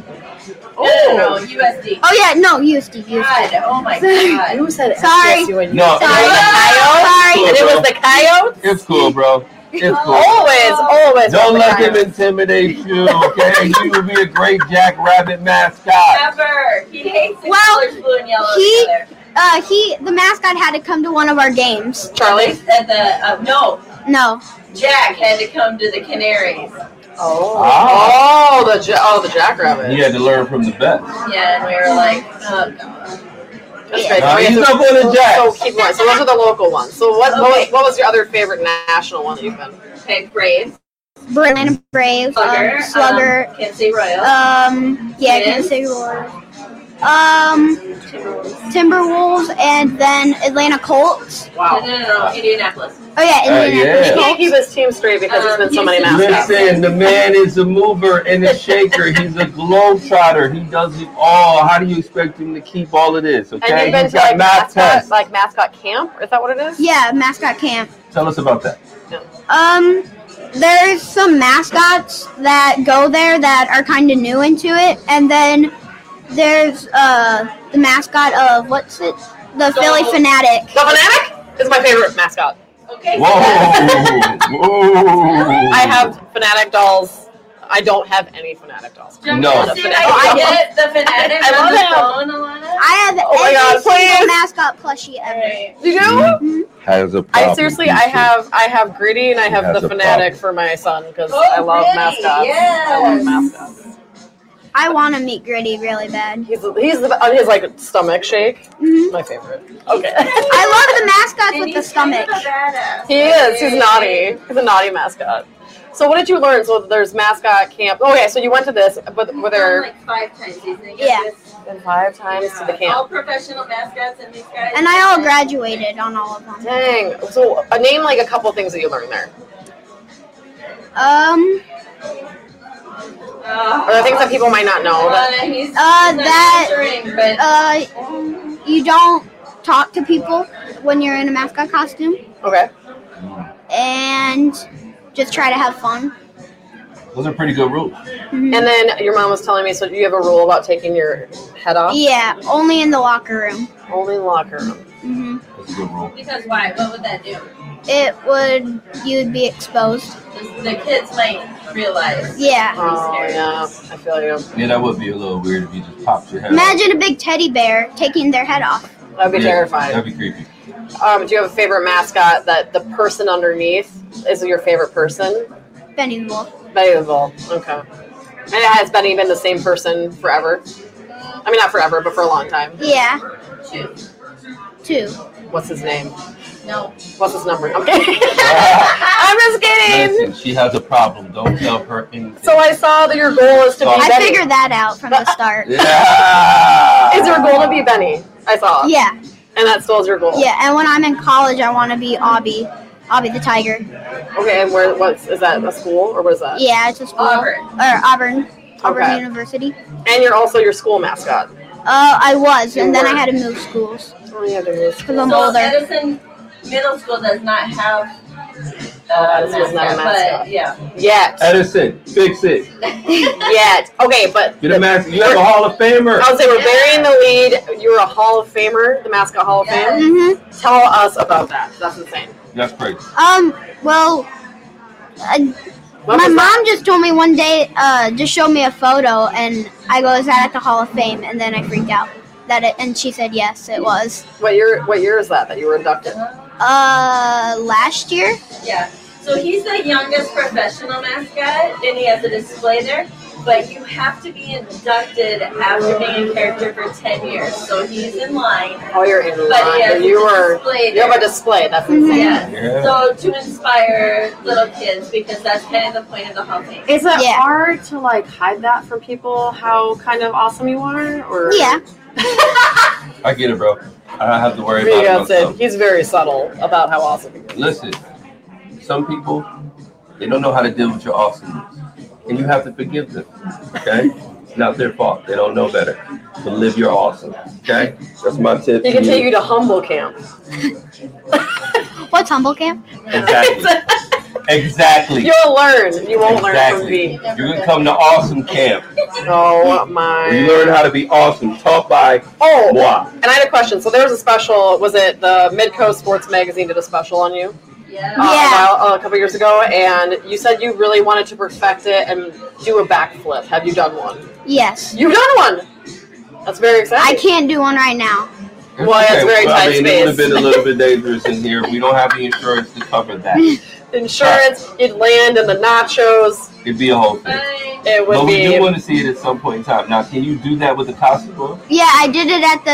S7: no, no, no, USD.
S9: Oh, yeah, no, USD, USD.
S7: God, oh my god.
S5: You said
S9: Sorry.
S5: SDSU and you
S4: No,
S5: said
S9: Sorry.
S5: the Coyotes,
S9: Sorry.
S5: and it was the Coyotes.
S4: It's cool, bro.
S9: Oh,
S4: It's cool.
S5: Always, always.
S4: Don't
S5: with the
S4: let them
S5: Coyotes.
S4: intimidate you, okay? you will be a great jackrabbit mascot.
S7: Never. He hates the
S9: Well,
S7: colors blue and yellow
S9: he-
S7: together.
S9: Uh, he, the mascot had to come to one of our games.
S5: Charlie.
S7: At the, uh, no,
S9: No.
S7: Jack had to come to the Canaries.
S5: Oh.
S4: Ah.
S5: Oh, the ja- oh the Jackrabbit.
S4: You had to learn from the best.
S7: Yeah, and we were like, oh god.
S5: That's great.
S4: Nah,
S5: we
S4: he's
S5: have
S4: not going to Jack.
S5: So keep going. So those are the local ones. So what what, was,
S7: Okay.
S5: what was your other favorite national one that you've been?
S7: Okay, Braves,
S9: Bra- Atlanta Braves,
S7: Slugger,
S9: um, Slugger,
S7: um, Kansas City Royals.
S9: um, yeah, Kansas City Royals. Um, Timberwolves, and then Atlanta Colts.
S7: No, no, no, no, Indianapolis.
S9: Oh yeah,
S4: Uh, yeah.
S9: Indianapolis
S5: He can't
S9: Colts.
S5: keep his team straight because there's been so many
S7: Um,
S5: mascots.
S4: Listen, the man is a mover and a shaker. He's a globetrotter. He does it all. How do you expect him to keep all of this?
S5: And
S4: Okay,
S5: you've been
S4: he's
S5: to
S4: got
S5: like
S4: math
S5: mascot,
S4: tests.
S5: like mascot camp? Is that what it is?
S9: Yeah, mascot camp.
S4: Tell us about that.
S9: Um, there's some mascots that go there that are kind of new into it, and then there's uh the mascot of what's it? The Philly Fanatic.
S5: The Fanatic is my favorite mascot.
S7: Okay. so
S4: Whoa,
S7: that's-
S4: whoa.
S5: I have Fanatic dolls. I don't have any Fanatic dolls.
S7: Jump
S4: No.
S7: in, see if I can get the fanatic
S5: I
S7: on the
S5: love
S7: phone a lot.
S9: I have
S5: Oh my
S9: every
S5: God,
S9: single
S5: please.
S9: mascot plushie ever.
S7: Alright.
S5: You do?
S4: Has a
S5: I
S4: problem.
S5: seriously, I have, I have Gritty and I have
S4: has
S5: the
S4: a problem.
S5: Fanatic for my son because
S7: Oh,
S5: I love Oh,
S7: Gritty,
S5: mascots. I love
S7: yes.
S5: mascots.
S9: I want to meet Gritty really bad.
S5: He's he's the, on his like stomach shake.
S9: Mhm.
S5: My favorite. Okay.
S9: I love the mascots
S7: And
S9: with the
S7: he's kind of
S9: stomach.
S7: a badass.
S5: He is. He's naughty. He's a naughty mascot. So what did you learn? So there's mascot camp. Okay, so you went to this, but were
S7: He's gone,
S5: there
S7: like five times. He's gonna get
S9: Yeah.
S7: this.
S5: been five times to the
S7: Yeah. All
S5: camp?
S7: professional mascots and these guys.
S9: And I all graduated on all of them.
S5: Dang. So uh, name like a couple things that you learned there,
S9: Um,
S5: or the things that people might not know.
S7: Oh, Uh,
S5: That,
S7: he's,
S9: Uh,
S7: he's not
S9: that-
S7: censoring, but
S9: uh, you don't talk to people when you're in a mascot costume,
S5: okay.
S9: and just try to have fun.
S4: Those are pretty good rules.
S5: And then your mom was telling me, so do you have a rule about taking your head off?
S9: Yeah, only in the locker room.
S5: Only in the locker room.
S9: hmm
S4: That's a good rule.
S7: because why? What would that do?
S9: It would you'd be exposed.
S7: The kids might realize.
S9: Yeah.
S5: Oh yeah, I feel you.
S4: Yeah, that would be a little weird if you just popped your head. off.
S9: Imagine a big teddy bear taking their head off.
S5: That'd be
S4: Yeah,
S5: terrifying.
S4: That'd be creepy.
S5: Um, do you have a favorite mascot that the person underneath is your favorite person?
S9: Benny the Wolf.
S5: Benny the Bull. Okay. And has Benny been the same person forever? I mean, not forever, but for a long time.
S9: Yeah.
S7: Two.
S9: Two.
S5: What's his name?
S7: No.
S5: What's his number? I'm kidding. I'm just kidding.
S4: Listen, she has a problem. Don't tell her anything.
S5: So I saw that your goal is to be
S9: I
S5: Benny.
S9: figured that out from the start.
S4: Yeah.
S5: Is your goal to be Benny? I saw.
S9: Yeah.
S5: And that still is your goal.
S9: Yeah. And when I'm in college, I want to be Obby. I'll be the tiger.
S5: Okay, and where? What's is that? A school or what is that?
S9: Yeah, it's a school.
S8: Auburn.
S9: Or Auburn. Auburn
S5: Okay.
S9: University.
S5: And you're also your school mascot.
S9: Uh, I was,
S5: You
S9: and then I
S5: were.
S9: had to move schools
S5: Oh yeah, there is.
S9: because I'm
S8: so
S9: older.
S8: Edison Middle School does not have
S5: Uh,
S8: a
S5: this was
S8: mascot,
S5: not a
S8: but
S5: mascot
S8: yeah.
S5: yet.
S4: Edison, fix it.
S5: Yet. Okay, but
S4: You're the master. You have a Hall of Famer.
S5: I would say we're burying the lead. You're a Hall of Famer, the mascot Hall of
S8: Yeah.
S5: Fame.
S9: hmm
S5: Tell us about that. That's insane.
S4: That's crazy.
S9: Um. Well, I,
S5: When
S9: my
S5: was that?
S9: mom just told me one day, uh, just show me a photo, and I go, "Is that at the Hall of Fame?" And then I freaked out that it, and she said, "Yes, it was."
S5: What year? What year is that that you were inducted?
S9: Uh, last year.
S8: Yeah. So he's the youngest professional mascot, and he has a display there. But you have to be inducted after being in character for 10 years. So he's in line.
S5: Oh, you're in
S8: But
S5: line.
S8: he has
S5: you
S8: a
S5: were.
S8: display
S5: You have a
S8: there.
S5: display. That's insane.
S8: Yeah.
S4: Yeah.
S8: So to inspire little kids, because that's kind of the point of the Hall of Fame.
S5: Is it
S9: Yeah.
S5: hard to like hide that from people? How kind of awesome you are? Or
S9: Yeah.
S4: I get it, bro. I don't have to worry
S5: There you go,
S4: about it.
S5: Sid.
S4: myself.
S5: He's very subtle about how awesome he is.
S4: Listen, some people they don't know how to deal with your awesomeness, and you have to forgive them. Okay, it's not their fault. They don't know better. But live your awesome. Okay, that's my tip.
S5: He
S4: to
S5: can take you to humble camp.
S9: What's humble camp?
S4: Exactly. exactly.
S5: You'll learn. You won't
S4: exactly.
S5: learn
S4: You can come to awesome camp.
S5: from me. Oh my.
S4: You learn how to be awesome. Taught by
S5: Oh,
S4: moi.
S5: and I had a question. So there was a special. Was it the Midco Sports Magazine did a special on you?
S8: Yeah.
S5: uh, a
S9: Yeah.
S5: while- a couple years ago, and you said you really wanted to perfect it and do a backflip. Have you done one?
S9: Yes.
S5: You've done one. That's very
S9: I
S5: exciting.
S9: can't do one right now.
S5: Well, that's very
S4: well, I
S5: tight
S4: mean, It would have
S5: space.
S4: been a little bit dangerous in here. We don't have the insurance to cover that.
S5: Insurance, you'd land in the nachos.
S4: It'd be a whole thing.
S8: Bye.
S5: It would
S4: But we do
S5: be.
S4: want to see it at some point in time. Now, can you do that with the Costco?
S9: Yeah, I did it at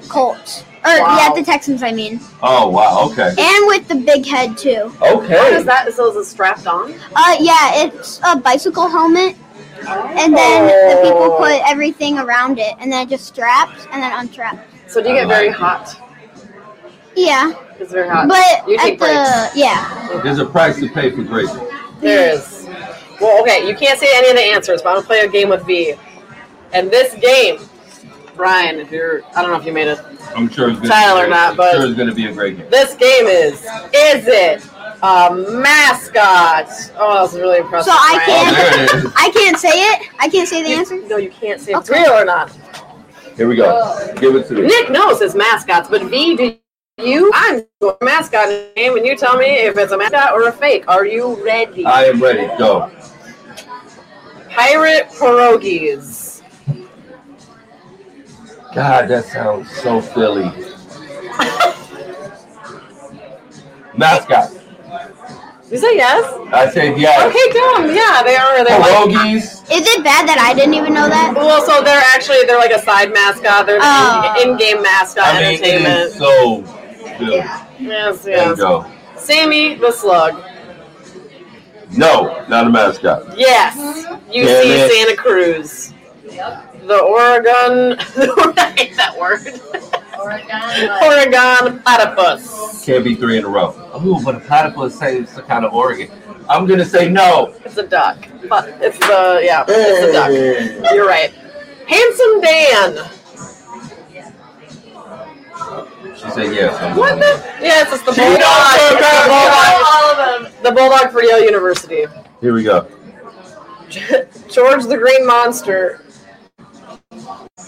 S9: the Colts. Or
S5: Wow.
S9: yeah, at the Texans, I mean,
S4: Oh wow. Okay.
S9: and with the big head too.
S5: What
S4: Okay.
S5: is that? So is it strapped on?
S9: Uh, yeah, it's a bicycle helmet, and then the people put everything around it, and then it just straps and then unstraps.
S5: So do you
S4: I
S5: get very
S4: like it.
S5: hot?
S9: Yeah,
S5: It's very hot.
S9: but
S5: Uh, you take
S9: at the yeah,
S4: There's a price to pay for greatness.
S5: There is. Well, okay, you can't say any of the answers, but I'm gonna play a game with V. And this game, Brian, if you're, I don't know if you made it.
S4: I'm sure it's gonna
S5: Tyler
S4: be,
S5: not,
S4: I'm
S5: but-
S4: sure it's gonna be a great game.
S5: This game is, is it a mascot? Oh, that was really impressive.
S9: So I
S5: Brian.
S4: Oh, there it is.
S9: I can't say it. I can't say the answer.
S5: You- No, you can't say it's
S9: Okay.
S5: real or not.
S4: Here we go. Give it to me.
S5: Nick knows his mascots, but V, do you? I'm your mascot name, and you tell me if it's a mascot or a fake. Are you ready?
S4: I am ready. Go.
S5: Pirate pierogies.
S4: God, that sounds so Philly. Mascot.
S5: You say yes?
S4: I said yes. Oh,
S5: Okay, dumb. Yeah, they are. They're like,
S4: Pierogies.
S9: Is it bad that I didn't even know that?
S5: well, so they're actually they're like a side mascot. They're
S9: Oh.
S5: the in- in-game mascot
S4: I mean, it is
S5: entertainment.
S4: so Philly.
S5: Yes,
S4: There you
S5: yes.
S4: go.
S5: Sammy the Slug.
S4: No, not a mascot.
S5: Yes. UC
S4: Damn it.
S5: Santa Cruz. The Oregon. I hate that word.
S8: Oregon.
S5: Oregon platypus.
S4: Can't be three in a row. Ooh, but a platypus say it's kind of Oregon. I'm gonna say no.
S5: It's a duck. But it's the yeah. It's a duck.
S4: Eh.
S5: You're right. Handsome Dan.
S4: She said yes. I'm
S5: What
S4: going.
S5: the? Yes, it's the
S4: She knows
S5: bulldog.
S4: her
S5: It's the
S4: mascot.
S5: bulldog. The bulldog for Yale University.
S4: Here we go.
S5: George the Green Monster.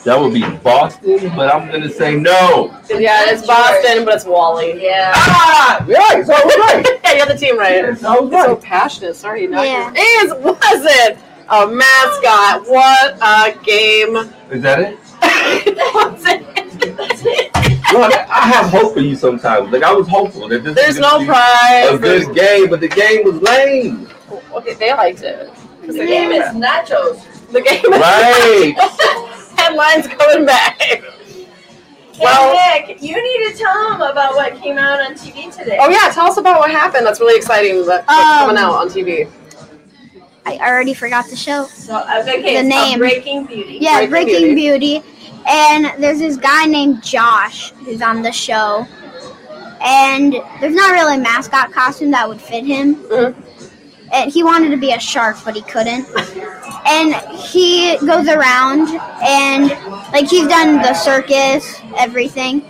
S4: That would be Boston, but I'm gonna say no.
S5: Yeah, it's
S8: George.
S5: Boston, but it's Wally.
S8: Yeah.
S4: Ah, yeah, so right.
S5: yeah, you got the team right.
S4: Yes, I was
S5: It's so
S4: right.
S5: passionate. Sorry, not
S9: Yeah.
S5: is was it a mascot? What a game!
S4: Is that it?
S8: That's it.
S4: Look, I have hope for you sometimes. Like I was hopeful that this was
S5: There's
S4: gonna
S5: no
S4: be
S5: prize.
S4: a good game, but the game was lame.
S5: Okay, they liked it. 'Cause
S8: The game is nachos.
S5: The game.
S4: Right.
S5: Headlines coming back. Well-
S8: Well, Nick, you need to tell them about what came out on TV today.
S5: Oh yeah, tell us about what happened. That's really exciting. That, that's
S9: Um,
S5: coming out on TV.
S9: I already forgot the show.
S8: So, uh, okay,
S9: The
S8: it's called
S9: name.
S8: Breaking Beauty.
S9: Yeah,
S5: Breaking
S9: Breaking Beauty. And there's this guy named Josh who's on the show. and there's not really a mascot costume that would fit him.
S5: Mm-hmm.
S9: And he wanted to be a shark, but he couldn't. And he goes around and like he's done the circus, everything,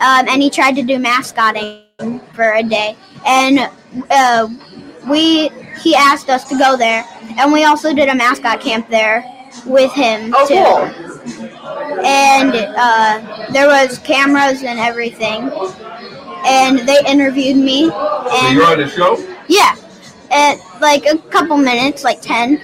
S9: um, and he tried to do mascotting for a day. And uh, we he asked us to go there, and we also did a mascot camp there with him
S5: Oh,
S9: too
S5: cool.
S9: and uh, there was cameras and everything and they interviewed me
S4: So
S9: and
S4: you're on the show?
S9: yeah at like a couple minutes like 10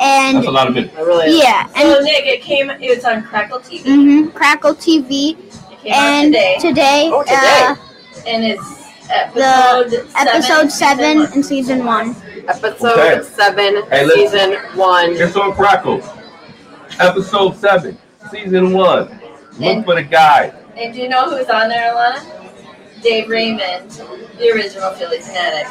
S9: and
S4: That's a lot of it.
S5: I really
S9: yeah
S8: So
S9: and
S8: Nick, it came. It was on Crackle TV.
S9: hmm crackle tv
S8: It came out
S9: and
S8: today,
S9: today,
S5: Oh, today.
S9: uh,
S8: and it's episode seven. season
S9: episode 7
S8: one.
S9: in season 1
S5: Episode
S4: Okay.
S5: seven,
S4: Hey, listen.
S5: season one.
S4: It's on Crackle. Episode 7, Season 1. Look for the guy.
S8: And do you know who's on there, Alana? Dave Raymond, the original Philly fanatic.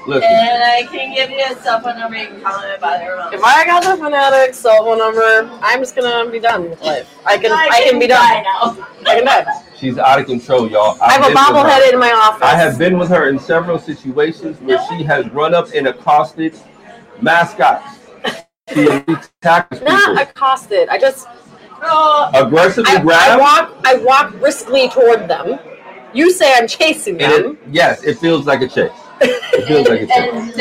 S8: And
S4: Listen,
S8: I can give you a cell phone number. You can call him about it.
S5: If I got the fanatic cell phone number, I'm just gonna be done with life. I can, I, can, be
S8: die
S5: done.
S8: now.
S5: I can die.
S4: she's out of control, y'all.
S5: I have a
S4: lived with her.
S5: bobblehead in my office.
S4: I have been with her in several situations where she has run up and accosted mascots. She attacks people.
S5: not accosted. I just uh,
S4: Aggressively
S5: I, I
S4: grab.
S5: walk I walk briskly toward them. You say I'm chasing
S4: And
S5: them.
S4: it, yes, it feels like a chase. It feels like a
S8: And,
S4: chase.
S8: and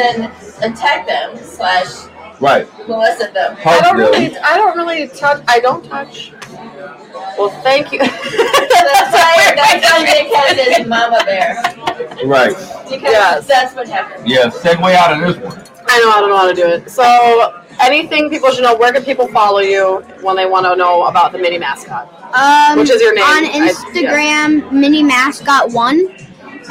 S8: then attack them slash
S4: Right.
S8: molest them.
S5: I
S4: Hug
S5: don't
S4: them.
S5: really I don't really touch I don't touch. Well thank you.
S8: That's why, that's why Nick has his mama bear.
S4: Right.
S8: Because
S5: Yes.
S8: that's what happened.
S4: Yeah, segue out of this one.
S5: I know I don't know how to do it. So anything people should know, where can people follow you when they want to know about the mini mascot?
S9: um,
S5: Which is your name?
S9: on
S5: I- yeah.
S9: instagram mini mascot 1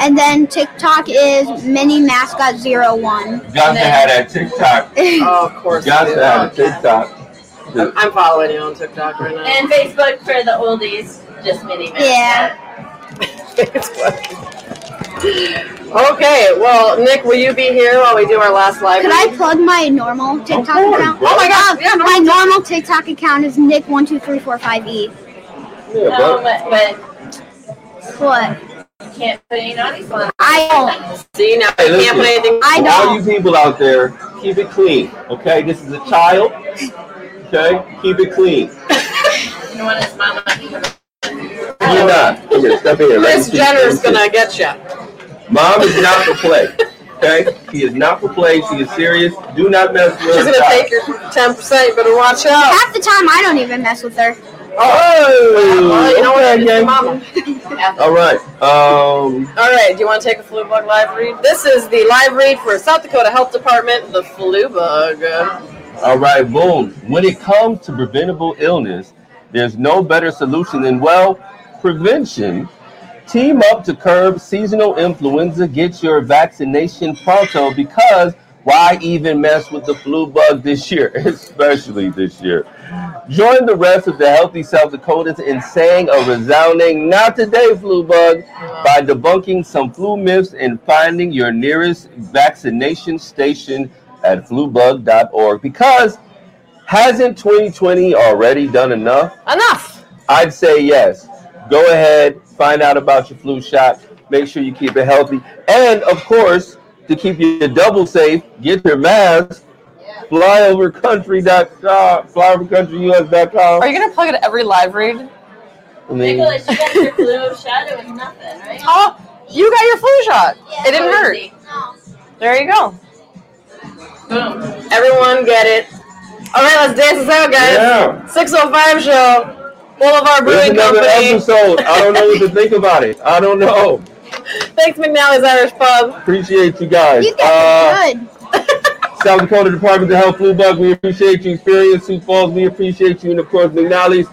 S9: and then tiktok is mini mascot 01
S4: Got to have that TikTok.
S5: Oh, of course.
S4: Got
S5: you
S4: to
S5: do.
S4: have a TikTok.
S5: I'm- I'm following you on TikTok right now.
S8: And Facebook for the oldies, just mini mascot.
S9: Yeah.
S5: Facebook. Okay, well, Nick, will you be here while we do our last live?
S9: Could I plug my normal TikTok
S4: course,
S9: account?
S4: bro. Oh
S5: my God, yeah,
S9: my normal TikTok account is Nick12345E.
S4: Yeah, bro.
S8: Um, but
S9: What?
S8: you can't put any naughty on.
S9: I don't.
S5: See, now
S4: Hey,
S5: I can't
S4: listen.
S5: put anything.
S9: I
S4: For
S9: don't.
S4: All you people out there, keep it clean. Okay, this is a child. Okay, keep it clean.
S8: You want his mama.
S4: You're not. Come here, step in here. let me
S5: Chris
S4: see.
S5: Jenner's
S4: Let me see.
S5: gonna get you.
S4: Mom is not for play. Okay? She is not for play. She is serious. Do not mess with her.
S5: She's gonna take your ten percent. You better watch out.
S9: Half the time, I don't even mess with her.
S5: Well, you know what?
S4: Oh,
S5: It's your mama.
S4: All right. Um,
S5: All right. Do you want to take a flu bug live read? This is the live read for South Dakota Health Department. The flu bug.
S4: all right, boom. When it comes to preventable illness, there's no better solution than, well, prevention. Team up to curb seasonal influenza. Get your vaccination pronto because why even mess with the flu bug this year, especially this year? Join the rest of the healthy South Dakotans in saying a resounding not today flu bug by debunking some flu myths and finding your nearest vaccination station at flubug.org because hasn't 2020 already done enough?
S5: Enough.
S4: I'd say yes. Go ahead, find out about your flu shot. Make sure you keep it healthy. And of course, to keep you double safe, get your mask. Flyovercountry.com, flyovercountryus.com.
S5: Are you gonna plug it every live read?
S4: I mean,
S8: Nicholas, you got your blue shot. It was nothing, right?
S5: Oh, you got your flu shot. It didn't hurt. There you go.
S8: Boom.
S5: Everyone get it. All right, let's dance this out, guys.
S4: yeah.
S5: 605 show, Boulevard
S4: There's
S5: Brewing
S4: another
S5: Company.
S4: episode. I don't know what to think about it. I don't know.
S5: Thanks, McNally's Irish Pub.
S4: Appreciate you guys.
S9: You
S4: Uh,
S9: guys are good.
S4: South Dakota Department of Health Blue Bug, we appreciate you. Experience Sioux Falls, we appreciate you. And of course, McNally's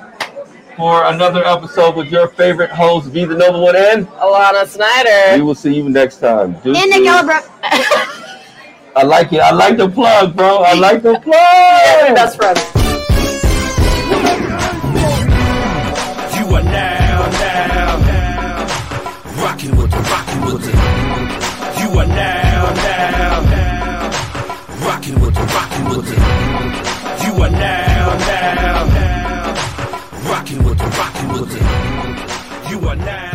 S4: for another episode with your favorite host, V the Noble One. And
S5: Alana
S4: we
S5: Snyder.
S4: will see you next time. Deuces.
S9: And Nick Ellbrook.
S4: I like it. I like the plug, bro. I like the plug.
S5: Best friends.
S2: You are now, now, now, rocking with the, rocking with the. You are now, now, now, rocking with the, rocking with the. You are now, now, now, rocking with the, rocking with the. You are now. now.